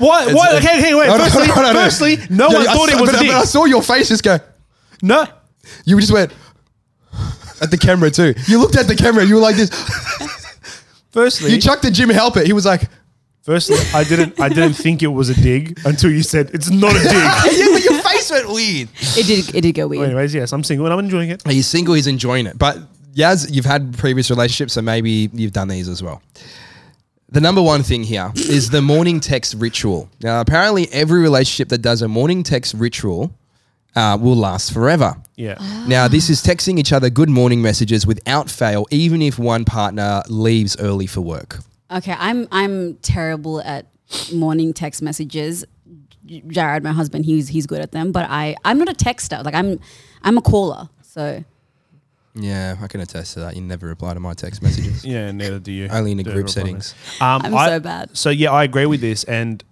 C: What? What? Okay, okay, wait.
B: No, no,
C: Firstly,
B: no, no, no.
C: firstly, no
B: Yeah,
C: one
B: I
C: thought
B: saw-
C: it was
B: but,
C: a
B: But I
C: dick.
B: saw your face just go.
C: No.
B: You just went at the camera too. You looked at the camera. You were like this.
C: Firstly,
B: You chucked at Jim Halpert. He was like,
C: firstly, I didn't. I didn't think it was a dig until you said it's not a dig.
B: yeah, but your face went weird.
D: It did. It did go weird.
C: Anyways, yes, I'm single and I'm enjoying it.
B: He's single. He's enjoying it. But Yaz, you've had previous relationships, so maybe you've done these as well. The number one thing here is the morning text ritual. Now, apparently, every relationship that does a morning text ritual uh, will last forever.
C: Yeah.
B: Now, this is texting each other good morning messages without fail, even if one partner leaves early for work.
D: Okay, I'm I'm terrible at morning text messages. J- Jared, my husband, he's he's good at them, but I I'm not a texter. Like I'm I'm a caller. So
B: Yeah, I can attest to that. You never reply to my text messages.
C: Yeah, neither do you.
B: Only in the
C: Don't
B: group
C: reply
B: settings.
C: me. Um,
D: I'm so bad.
C: So yeah, I agree with this. And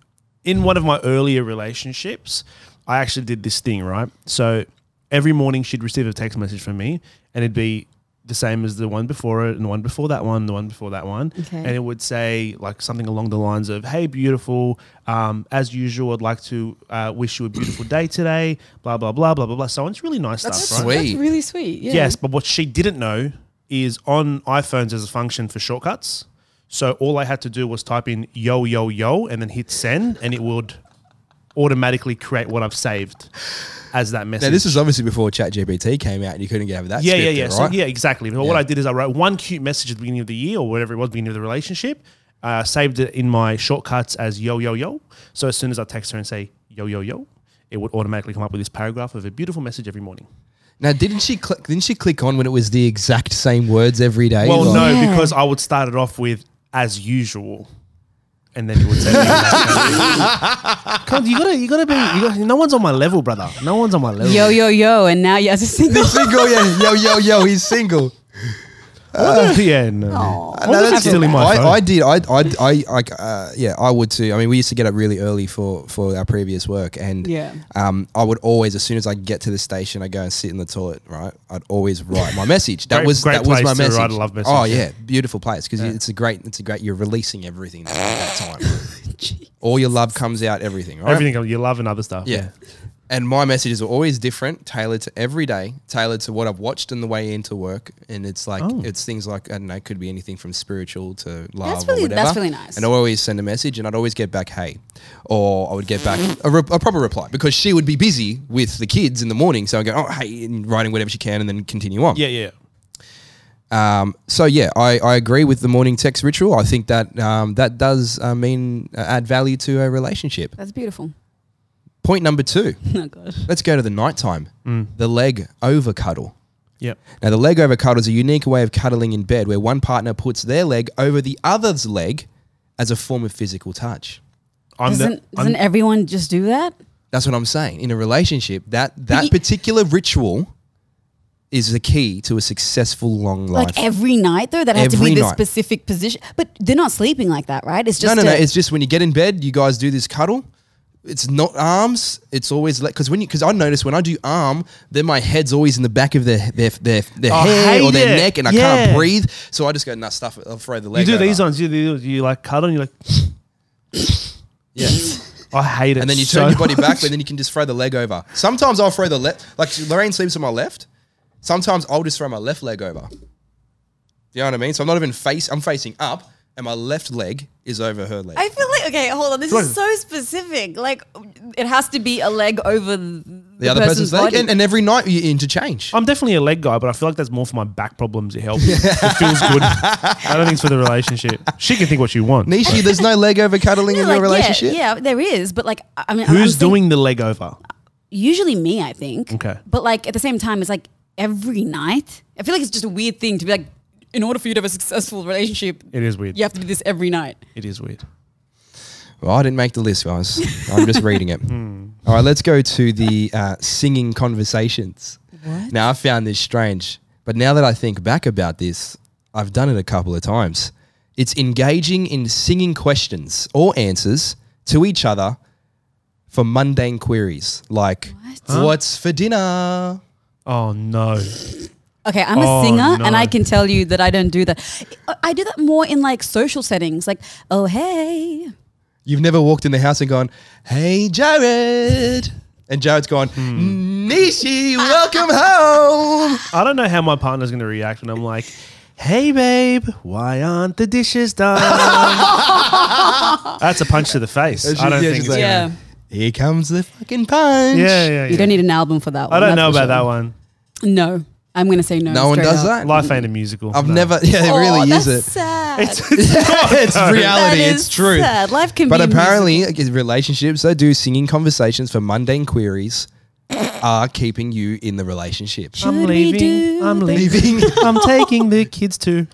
C: in one of my earlier relationships, I actually did this thing right. So every morning she'd receive a text message from me, and it'd be the same as the one before it, and the one before that one, the one before that one,
D: Okay.
C: and it would say like something along the lines of, "Hey, beautiful. Um, as usual, I'd like to uh, wish you a beautiful day today. Blah blah blah blah blah blah." So it's really nice stuff, right?
B: Sweet.
D: really sweet. Yeah.
C: Yes, but what she didn't know is on iPhones there's a function for shortcuts. So all I had to do was type in yo yo yo and then hit send, and it would automatically create what I've saved as that message.
B: Now, this is obviously before ChatGPT came out and you couldn't get over that.
C: yeah, yeah,
B: script,
C: yeah.
B: Right?
C: So yeah, exactly. But what
B: Yeah.
C: I did is I wrote one cute message at the beginning of the year or whatever it was, beginning of the relationship. Uh, saved it in my shortcuts as yo yo yo. So as soon as I text her and say yo yo yo, it would automatically come up with this paragraph of a beautiful message every morning.
B: Now, didn't she click? Didn't she click on when it was the exact same words every day?
C: Well,
B: Like-
C: no,
D: Yeah.
C: because I would start it off with as usual, and then you would say, "Come on, you gotta, you gotta be. You gotta, no one's on my level, brother. No one's on my level."
B: Mm.
D: Yo yo yo, and now you're just single.
B: He's single, yeah. Yo, yo, yo, he's single.
C: yeah, no.
D: Aw.
C: Well, that's
B: that's
C: still in my
B: I,
C: phone.
B: I did. I, I, I, like, uh, yeah, I would too. I mean, we used to get up really early for for our previous work, and
D: Yeah.
B: um, I would always, as soon as I get to the station, I go and sit in the toilet. Right, I'd always write my message. That
C: Great-
B: was
C: great
B: that was
C: place
B: my
C: to
B: message.
C: write a love message,
B: Oh
C: yeah.
B: yeah, beautiful place because it's a great, it's a great. You're releasing everything at that time. All your love comes out. Everything. Right.
C: Everything you love and other stuff.
B: Yeah. And my messages are always different, tailored to every day, tailored to what I've watched on the way into work. And it's like, it's things like, I don't know, it could be anything from spiritual to love
D: really-
B: or
D: that's
B: whatever.
D: really nice.
B: And I always send a message and I'd always get back, hey. Or I would get back a, re- a proper reply because she would be busy with the kids in the morning. So I go, oh, hey, and writing whatever she can and then continue on.
C: yeah, yeah.
B: Um, so yeah, I, I agree with the morning text ritual. I think that um, that does uh, mean uh, add value to a relationship.
D: That's beautiful.
B: Point number two.
D: Oh gosh.
B: Let's go to the nighttime. The leg over cuddle.
C: Yep.
B: Now, the leg over cuddle is a unique way of cuddling in bed where one partner puts their leg over the other's leg, as a form of physical touch.
C: I'm the-
D: Doesn't,
C: I'm-
D: doesn't everyone just do that?
B: That's what I'm saying. In a relationship, that that
D: you-
B: particular ritual is the key to a successful long life.
D: Like every night though, that had to
B: Every
D: be this
B: night.
D: specific position. But they're not sleeping like that, right? It's
B: no,
D: just
B: no, no.
D: a-
B: It's just when you get in bed, you guys do this cuddle. It's not arms. It's always like because when you because I notice when I do arm, then my head's always in the back of their their their, their
C: I
B: hair or
C: hate
B: their
C: it.
B: neck, and I
C: Yeah.
B: can't breathe. So I just go, nah, stuff it. I'll throw the
C: you
B: leg.
C: do these
B: over."
C: ones. You, do- you like cuddle and you're like,
B: yeah.
C: I hate it.
B: And then you
C: so
B: turn your body
C: much.
B: back, but then you can just throw the leg over. Sometimes I'll throw the left. Like Lorraine sleeps on my left. Sometimes I'll just throw my left leg over. Do you know what I mean? So I'm not even face. I'm facing up, and my left leg is over her leg.
E: I feel like okay, hold on. This is so specific. Like it has to be a leg over the,
B: the other person's, leg,
E: body.
B: and, and every night you interchange.
C: I'm definitely a leg guy, but I feel like that's more for my back problems. It helps. it feels good. I don't think it's for the relationship. She can think what she wants.
B: Nishi, there's no leg over cuddling
D: No,
B: in
D: like,
B: your relationship.
D: Yeah, yeah, there is. But like, I I mean, I'm-
C: Who's
D: I'm thinking-
C: doing the leg over?
D: usually me, I think.
C: Okay.
D: But like at the same time, it's like every night. I feel like it's just a weird thing to be like, in order for you to have a successful relationship,
C: It is weird.
D: you have to do this every night.
C: It is weird.
B: Well, I didn't make the list, guys. I'm just reading it. All right, let's go to the uh, singing conversations.
D: What?
B: Now, I found this strange, but now that I think back about this, I've done it a couple of times. It's engaging in singing questions or answers to each other for mundane queries like, What's for dinner?
C: Oh no.
D: Okay, I'm
C: Oh,
D: a singer and
C: no.
D: I can tell you that I don't do that. I- I do that more in like social settings, like, oh, hey.
B: You've never walked in the house and gone, Hey, Jared. And Jared's gone,
C: Hmm.
B: Nishi, welcome home.
C: I don't know how my partner's going to react when I'm like, "Hey, babe, why aren't the dishes done?" That's a punch to the face.
B: It's
C: I don't
B: just- yeah,
C: think.
B: just
C: it's
B: like-
C: gonna-
D: Yeah.
B: Yeah. Here comes the fucking punch.
C: yeah, yeah,
D: You
C: yeah.
D: don't need an album for that one.
C: I don't
D: that's
C: know
D: for
C: about
D: sure.
C: that one.
D: No. I'm going to say no.
B: No one
D: straight
B: does
D: up.
B: that.
C: Life ain't a musical.
B: I've
C: No.
B: never. Yeah, it
D: Oh,
B: really
D: that's
B: is it.
D: sad.
C: It's, it's not,
B: it's
C: though.
B: reality.
D: That
B: it's
D: is
B: true.
D: sad. Life can
B: But
D: be
B: apparently, like, relationships that do singing conversations for mundane queries are keeping you in the relationship.
C: I'm
D: Should we
C: leaving.
D: do
C: I'm
D: the-
C: leaving.
B: Leaving
C: I'm taking the kids too.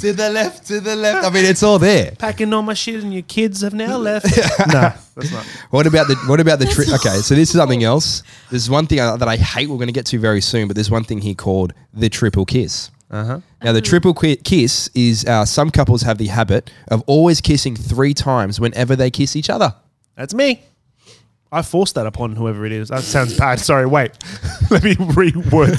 B: to the left, to the left. I mean, it's all there.
C: Packing all my shit, and your kids have now left. no, that's not.
B: What about the what about the trip? Okay, so this is something else. There's one thing I, that I hate. We're going to get to very soon, but there's one thing he called the triple kiss. Uh-huh. Now the triple qui- kiss is uh, some couples have the habit of always kissing three times whenever they kiss each other.
C: That's me. I forced that upon whoever it is. That sounds bad. Sorry, wait. Let me reword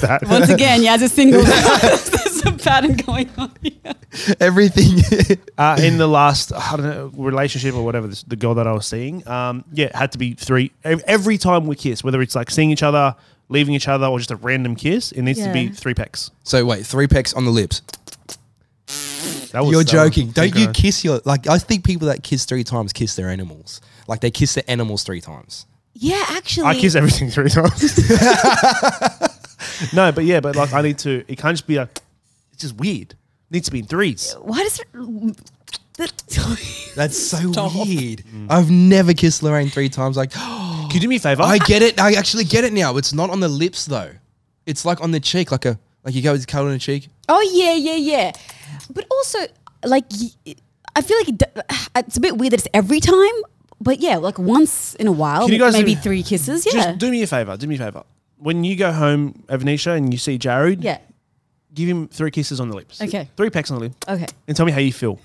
C: that.
D: Once again, yeah, as a single, there's a pattern going on here.
B: Everything.
C: uh, in the last I don't know, relationship or whatever, this, the girl that I was seeing, um, yeah, it had to be three. ev- Every time we kiss, whether it's like seeing each other, leaving each other, or just a random kiss, it needs to be
D: Yeah.
C: three pecks.
B: so wait, three pecks on the lips.
C: That
B: You're
C: was, that was
B: joking. Don't
C: thinking
B: you
C: of-
B: kiss your like I think people that kiss three times kiss their animals. Like they kiss their animals three times.
D: Yeah, actually.
C: I kiss everything three times. no, but yeah, but like I need to. It can't just be like. It's just weird. It needs to be in threes.
D: Why does it. that-
B: That's so
D: Stop.
B: weird. I've never kissed Lorraine three times. Like oh,
C: Can you do me a favor?
B: I get it. I actually get it now. It's not on the lips though. It's like on the cheek, like a like you go with cuddle on the cheek.
D: Oh yeah, yeah, yeah. But also, like, y- I feel like it d- uh, it's a bit weird that it's every time. But yeah, like once in a while,
C: Can you guys
D: maybe
C: do-
D: three kisses. Yeah,
C: Just do me a favor. Do me a favor. When you go home, Avnisha, and you see Jared,
D: yeah.
C: give him three kisses on the lips.
D: Okay.
C: Three pecks on the lips.
D: Okay.
C: and tell me how you feel.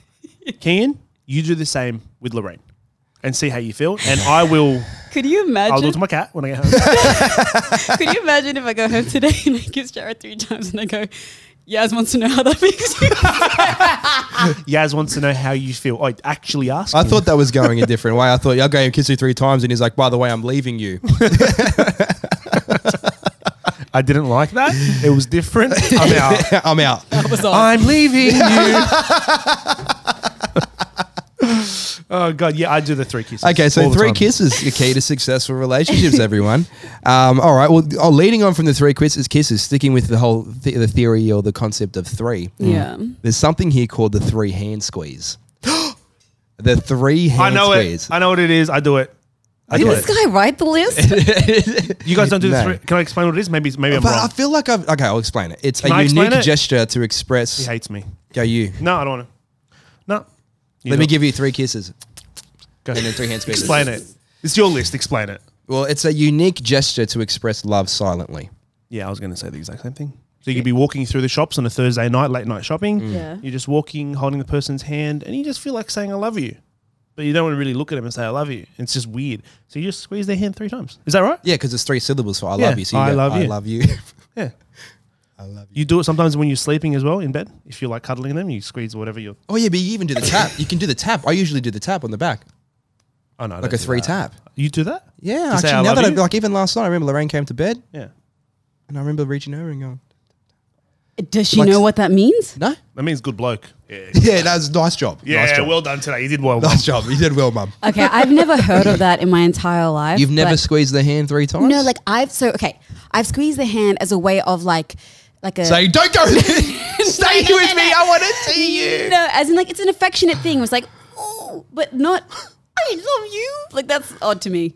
C: Kian, you do the same with Lorraine and see how you feel. And I will,
D: Could you
C: I'll do it
D: imagine?
C: to my cat when I get home.
D: could you imagine if I go home today and I kiss Jared three times and I go, Yaz wants to know how that makes you.
C: Yaz wants to know how you feel. I actually asked.
B: I
C: him.
B: thought that was going a different way. I thought I'll go and kiss you three times, and he's like, "By the way, I'm leaving you."
C: I didn't like that. It was different. I'm out.
B: I'm out.
C: I'm leaving you. oh god, yeah, I do the three kisses.
B: Okay, so
C: all the
B: three
C: time.
B: kisses, the key to successful relationships, everyone. Um, all right. Well, oh, leading on from the three kisses, kisses, sticking with the whole th- the theory or the concept of three. Mm.
D: Yeah.
B: There's something here called the three hand squeeze. the three hand
C: I know
B: squeeze.
C: it. I know what it is. I do it. I
D: Did
C: do
D: this
C: it.
D: guy write the list?
C: You guys don't do the
B: No.
C: three. Can I explain what it is? Maybe maybe I'm
B: but I
C: wrong.
B: feel like I've okay. I'll explain it. It's
C: Can
B: a
C: I explain
B: unique
C: it?
B: gesture to
C: He
B: express.
C: hates me.
B: Go you.
C: No, I don't want to. No.
B: Let me
C: know-
B: give you three kisses
C: Go.
B: and then three hands.
C: Explain it. It's your list. Explain it.
B: Well, it's a unique gesture to express love silently.
C: Yeah, I was going to say the exact same thing. So you could be walking through the shops on a Thursday night, late night shopping.
E: Yeah.
C: You're just walking, holding the person's hand, and you just feel like saying "I love you," but you don't want to really look at them and say "I love you." It's just weird. So you just squeeze their hand three times. Is that right?
B: Yeah, because it's three syllables for I
C: Yeah,
B: love you. So you
C: I
B: go,
C: love
B: I
C: you.
B: love you.
C: Yeah. I love you. You do it sometimes when you're sleeping as well in bed. If you're like cuddling them, you squeeze whatever you're.
B: oh, yeah, but you even do the tap. You can do the tap. I usually do the tap on the back,
C: Oh no, I
B: like a
C: don't do
B: three
C: that.
B: tap.
C: You do that?
B: Yeah,
C: To say
B: actually,
C: I
B: now
C: love
B: that I,
C: you?
B: like even last night, I remember Lorraine came to bed
C: Yeah.
B: and I remember reaching over and going,
D: Does she
B: Like-
D: know what that means?
B: no.
C: That means good bloke. Yeah.
B: Yeah, that was nice job. nice
C: Yeah.
B: job.
C: Well done today. You did well.
B: nice job. You did well, mum.
D: Okay, I've never heard of that in my entire life.
B: You've never
D: but-
B: squeezed the hand three times.
D: No, like I've so okay. I've squeezed the hand as a way of like like a
B: say, don't go. Stay
D: No, no,
B: with
D: no,
B: me.
D: no.
B: I want to see you.
D: No, as in like it's an affectionate thing. It was like, oh, but not I love you. Like that's odd to me.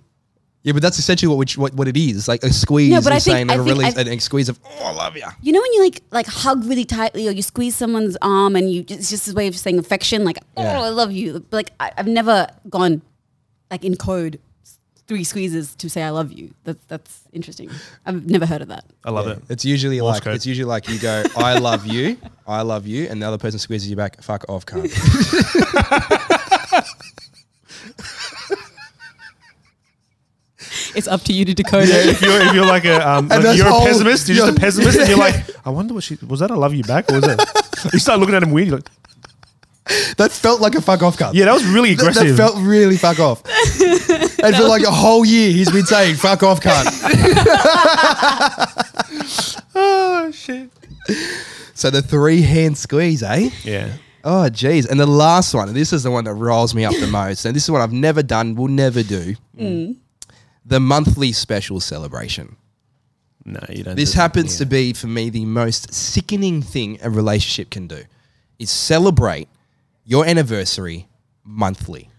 B: Yeah, but that's essentially what which, what, what it is. Like a squeeze
D: No,
B: is
D: but I
B: saying
D: think- I
B: a
D: think
B: release
D: I-
B: and a squeeze of oh, I love you.
D: You know when you like like hug really tightly or you squeeze someone's arm and you it's just a way of saying affection, like oh
B: Yeah.
D: I love you. But, Like I, I've never gone like in code s- three squeezes to say I love you. That that's interesting. I've never heard of that.
C: I love it.
B: It's usually
C: Morse
B: like
C: code.
B: it's usually like you go I love you, I love you, and the other person squeezes you back. Fuck off, cunt.
D: It's up to you to decode it.
C: if you're, if you're like a um, like
B: that's
C: you're
B: all-
C: a pessimist, you're, just
B: you're-
C: a pessimist, and you're like, I wonder what she was that. I love you back, or was it? you start looking at him weird. You're like,
B: That felt like a fuck off cunt.
C: yeah, that was really
B: That-
C: aggressive.
B: That felt really fuck off. and for like a whole year, he's been saying fuck off, cunt.
C: oh shit.
B: So the three hand squeeze, eh?
C: Yeah.
B: Oh, geez. And the last one, and this is the one that riles me up the most, and this is one I've never done, will never do.
D: Mm.
B: The monthly special celebration.
C: No, you don't.
B: This happens to be for me the most sickening thing a relationship can do is celebrate your anniversary monthly.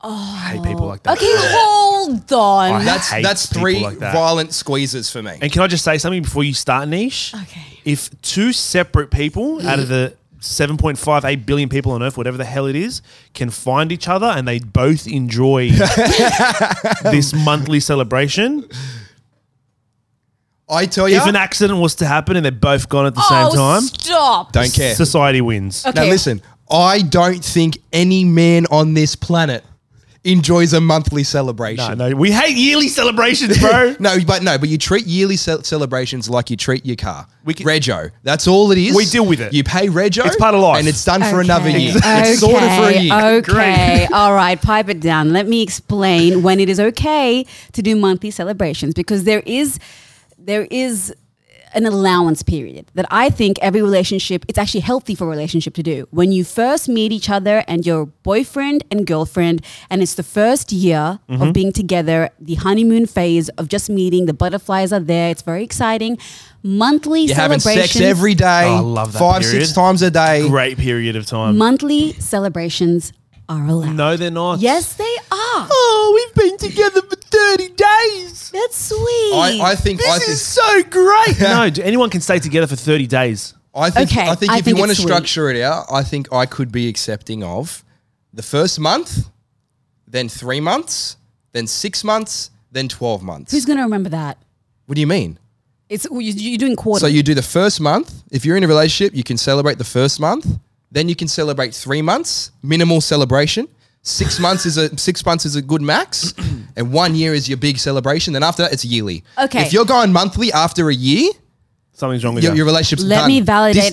C: I hate people like that.
D: Okay, hold on.
C: I
B: That's
C: hate
B: that's
C: people
B: three
C: like that.
B: violent squeezes for me.
C: And can I just say something before you start, Niche?
D: Okay.
C: If two separate people out of the 7.58 billion people on Earth, whatever the hell it is, can find each other and they both enjoy this monthly celebration,
B: I tell you,
C: if an accident was to happen and they're both gone at the
E: oh,
C: same time,
E: Stop.
B: don't care.
C: society wins.
B: Now
D: Okay.
B: listen, I don't think any man on this planet enjoys a monthly
C: No,
B: celebration.
C: no, we hate yearly celebrations, bro.
B: No, but no, but you treat yearly ce- celebrations like you treat your car.
C: We can-
B: Rego, that's all it is.
C: We deal with it.
B: You pay Rego.
C: It's part of life.
B: and it's done for another year.
D: Okay.
B: It's sorted for a year.
D: Okay. All right. Pipe it down. Let me explain when it is okay to do monthly celebrations because there is there is an allowance period that I think every relationship it's actually healthy for a relationship to do. When you first meet each other and your boyfriend and girlfriend and it's the first year
B: Mm-hmm.
D: of being together, the honeymoon phase of just meeting, the butterflies are there, it's very exciting. Monthly
B: You're having
D: celebrations
B: sex every day.
C: Oh, I love that
B: Five,
C: period.
B: six times a day.
C: Great period of time.
D: monthly celebrations are allowed.
C: No, they're not.
D: Yes, they are.
C: Oh, we've been together for 30 days.
D: That's sweet.
B: I, I think I think,
C: so great. no, d- anyone can stay together for 30 days.
B: I think
D: Okay,
B: I think
D: I
B: if
D: think
B: you want to
D: it's sweet.
B: structure it out, I think I could be accepting of the first month, then three months, then six months, then twelve months.
D: Who's gonna remember that?
B: what do you mean?
D: It's you- you're doing quarter.
B: So you do the first month. If you're in a relationship, you can celebrate the first month. Then you can celebrate three months, minimal celebration. Six months is a six months is a good max, and one year is your big celebration. Then after that, it's yearly.
D: Okay.
B: If you're going monthly after a year,
C: Something's wrong with
B: your,
C: you.
B: your relationship's
D: Let
B: done.
D: me validate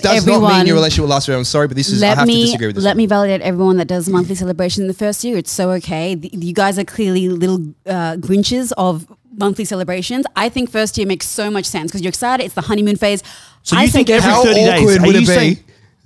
B: This does not mean
D: everyone.
B: your relationship will last forever. I'm sorry, but this is I
D: let
B: have to
D: me
B: disagree with this.
D: let
B: one.
D: me validate everyone that does monthly celebration in the first year. It's so okay. The- you guys are clearly little uh, Grinches of monthly celebrations. I think first year makes so much sense because you're excited. It's the honeymoon phase.
C: So
D: I
C: you think every
B: How
C: 30 days,
B: awkward
C: are
B: would
C: you
B: it be?
C: saying-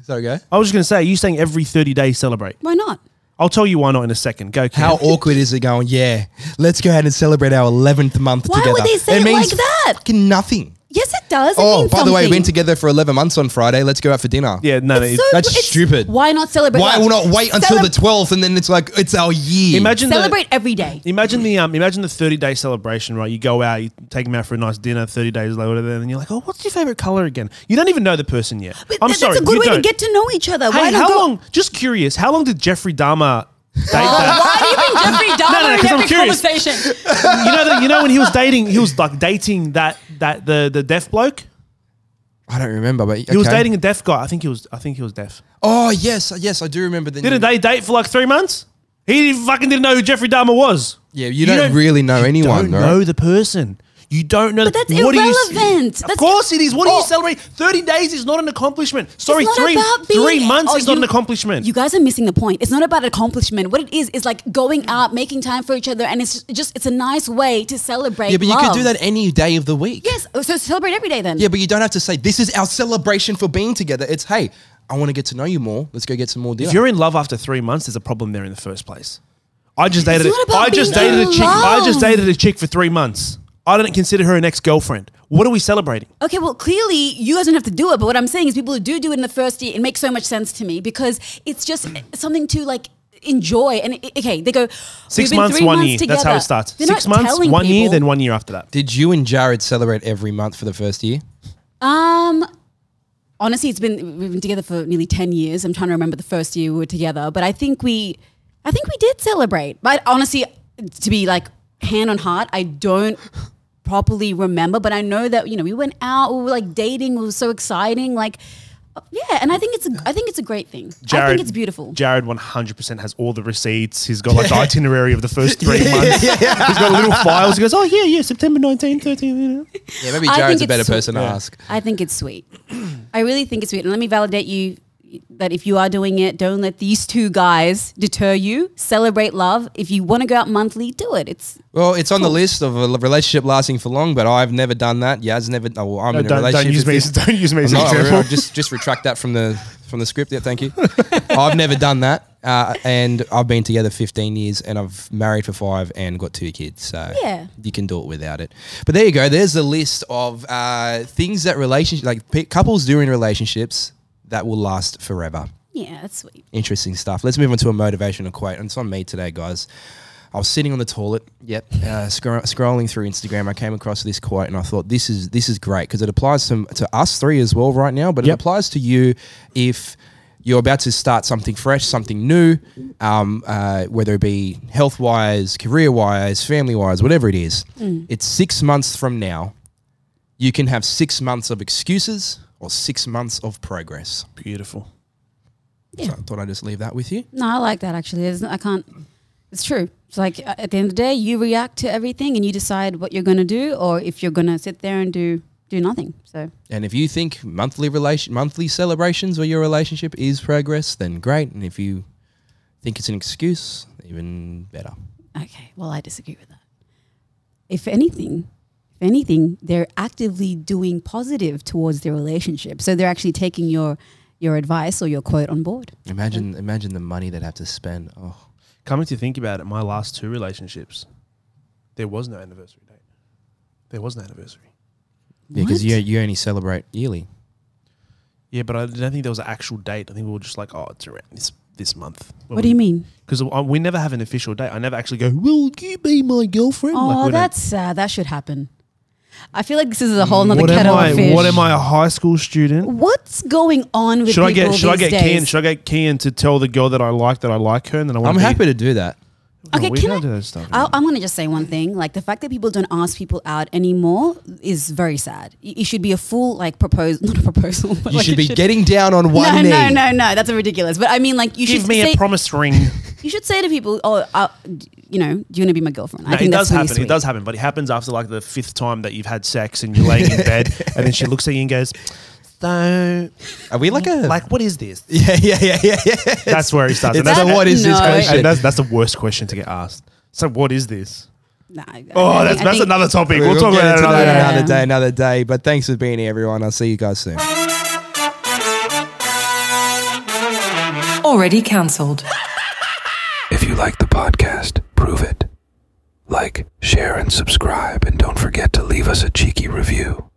B: Sorry, go.
C: I was just going to say, are you saying every 30 days celebrate?
D: why not?
C: I'll tell you why not in a second. Go, Cam.
B: How awkward is it going? Yeah, let's go ahead and celebrate our 11th month
D: Why would
B: together.
D: they say it
B: means
D: like that?
B: Fucking nothing.
D: Yes, it does. It
B: Oh,
D: means
B: by the way,
D: something.
B: we've been together for 11 months on Friday. Let's go out for dinner.
C: Yeah, no, no.
D: So
C: it-
B: That's
D: it's-
B: stupid.
D: Why not celebrate?
B: Why
D: that?
B: will not wait until
D: Celeb-
B: the 12th and then it's like, it's our year?
C: imagine the,
D: celebrate every day?
C: Imagine the um, imagine the thirty day celebration, right? You go out, you take them out for a nice dinner. Thirty days later, then you're like, oh, what's your favorite color again? You don't even know the person yet.
D: But
C: I'm
D: th-
C: sorry,
D: that's a good
C: you
D: way
C: don't.
D: to get to know each other.
C: Hey,
D: Why not
C: how
D: go-
C: long? Just curious, how long did Jeffrey Dahmer date that?
D: Why do you bring Jeffrey Dahmer
C: no, 'cause
D: in
C: I'm
D: every
C: curious.
D: conversation?
C: you know that you know when he was dating, he was like dating that that the the deaf bloke.
B: I don't remember, but
C: He was dating a deaf guy. I think he was. I think he was deaf.
B: Oh, yes, yes, I do remember the
C: Didn't they date for like three months? He fucking didn't know who Jeffrey Dahmer was.
B: Yeah, you, don't, really know
C: You
B: anyone,
C: don't
B: right?
C: know the person. You don't know.
D: But that's
C: what do you-
D: irrelevant.
C: of
D: That's-
C: course it is. What do
D: Oh.
C: you celebrate? Thirty days is not an accomplishment. Sorry,
D: It's not
C: three
D: about being-
C: three months
D: Oh,
C: is not
D: you-
C: an accomplishment.
D: You guys are missing the point. It's not about accomplishment. What it is is like going out, making time for each other, and it's just it's a nice way to celebrate.
B: Yeah, but you
D: love.
B: could do that any day of the week.
D: Yes, oh, so celebrate every day then.
B: Yeah, but you don't have to say, this is our celebration for being together. It's, hey, I want to get to know you more. Let's go get some more dinner.
C: if you're in love after three months, there's a problem there in the first place. I just dated.
D: not
C: A,
D: about
C: I just
D: being
C: dated a
D: in
C: chick. I just
D: love.
C: dated a chick for three months. I didn't consider her an ex girlfriend. What are we celebrating?
D: Okay, well, clearly you guys don't have to do it, but what I'm saying is people who do do it in the first year, it makes so much sense to me because it's just something to like enjoy. And it- okay, they go "We've
C: Six
D: been
C: months,
D: three
C: one
D: months
C: year.
D: Together.
C: That's how it starts.
D: They're
C: Six
D: not
C: months,
D: telling
C: one year,
D: people-
C: then one year after that.
B: Did you and Jared celebrate every month for the first year?
D: Um, honestly, it's been we've been together for nearly ten years. I'm trying to remember the first year we were together, but I think we, I think we did celebrate. But honestly, to be like hand on heart, I don't properly remember. But I know that you know we went out, we were like dating, it was so exciting, like. uh, Yeah, and I think it's a, I think it's a great thing. I think it's beautiful.
C: Jared 100% has all the receipts. He's got like the itinerary of the first three months. He's got little files. He goes, oh, yeah, yeah, September 19, 13. You know.
B: Yeah, maybe
D: I
B: Jared's a
D: think
B: better
D: it's so-
B: person to
C: Yeah.
B: ask.
D: I think it's sweet. I really think it's sweet. And let me validate you that if you are doing it, don't let these two guys deter you. Celebrate love. If you want to go out monthly, do it. It's
B: Well, it's on the list of a relationship lasting for long, but I've never done that. Yaz never. Oh, well, I'm in a
C: don't,
B: relationship.
C: use me,
B: with-
C: as- don't use me as an
B: No,
C: example.
B: I'll just just retract that from the from the script. Yeah, thank you. I've never done that, uh, and I've been together 15 years, and I've married for five, and got two kids. So
D: Yeah.
B: you can do it without it. But there you go. There's a list of uh, things that relationship like pe- couples do in relationships that will last forever.
D: yeah, that's sweet.
B: Interesting stuff. Let's move on to a motivational quote, and it's on me today, guys. I was sitting on the toilet. Yep. Uh, scro- scrolling through Instagram, I came across this quote, and I thought this is this is great because it applies to, to us three as well right now, but it
C: Yep.
B: applies to you if you're about to start something fresh, something new, um, uh, whether it be health wise, career wise, family wise, whatever it is. It's six months from now. You can have six months of excuses or six months of progress.
C: Beautiful.
B: So I thought I'd just leave that with you.
D: No, I like that actually. There's no, I can't. It's true. It's like uh, at the end of the day, you react to everything and you decide what you're going to do or if you're going to sit there and do do nothing. So
B: And if you think monthly relation, monthly celebrations or your relationship is progress, then great. And if you think it's an excuse, even better.
D: Okay, well, I disagree with that. If anything, if anything, they're actively doing positive towards their relationship. So they're actually taking your your advice or your quote on board.
B: Imagine, imagine the money they'd have to spend. Oh,
C: Coming to think about it, my last two relationships, there was no anniversary date. There was no anniversary.
B: yeah, because
D: What?
B: you you only celebrate yearly.
C: Yeah, but I don't think there was an actual date. I think we were just like, oh, it's around this, this month.
D: What do you mean?
C: Because we never have an official date. I never actually go, will you be my girlfriend? Like, we
D: Oh,
C: don't-
D: that's sad. That should happen. I feel like this is a whole nother
C: Mm. what am
D: kettle
C: I?
D: of fish.
C: What am I? A high school student?
D: What's going on with
C: Should I
D: people
C: get? Should I
D: these
C: get
D: days?
C: Kian? Should I get Kian to tell the girl that I like that I like her and that I want?
B: I'm
C: to
B: happy
C: Be,
B: to do that.
C: No,
D: Okay,
C: we
D: can
C: don't
D: I-
C: do that stuff.
D: I, I'm going to just say one thing. Like the fact that people don't ask people out anymore is very sad. Y- It should be a full like proposal, not a proposal. But
B: You
D: like
B: should
D: it
B: be getting down on one
D: no,
B: knee.
D: no, no, no. That's ridiculous. But I mean, like, you
C: Give
D: should
C: me
D: say,
C: a promise ring.
D: you should say to people, "Oh, uh, d- you know, do you want to be my girlfriend?" I
C: No,
D: think
C: it
D: that's
C: does
D: really
C: happen.
D: sweet.
C: It does happen, but it happens after like the fifth time that you've had sex and you're laying in bed, and then she looks at you and goes, "So,
B: Are we like a
C: like, what is this?"
B: Yeah, yeah, yeah, yeah, yeah.
C: That's where it starts.
B: It's
C: And
B: the
C: that's,
D: that-
B: what is this
D: no.
B: question?
C: and that's that's the worst question to get asked. So, what is this?
D: Nah, I- I
C: Oh,
D: think-
C: that's
D: I
C: that's
D: think-
C: another topic.
B: We'll,
C: We'll, talk
B: get
C: about
B: into
C: that
B: that
C: another day.
D: day.
B: another day, another day. But thanks for being here, everyone. I'll see you guys soon.
A: Already cancelled.
F: If you like the podcast, prove it. Like, share, and subscribe, and don't forget to leave us a cheeky review.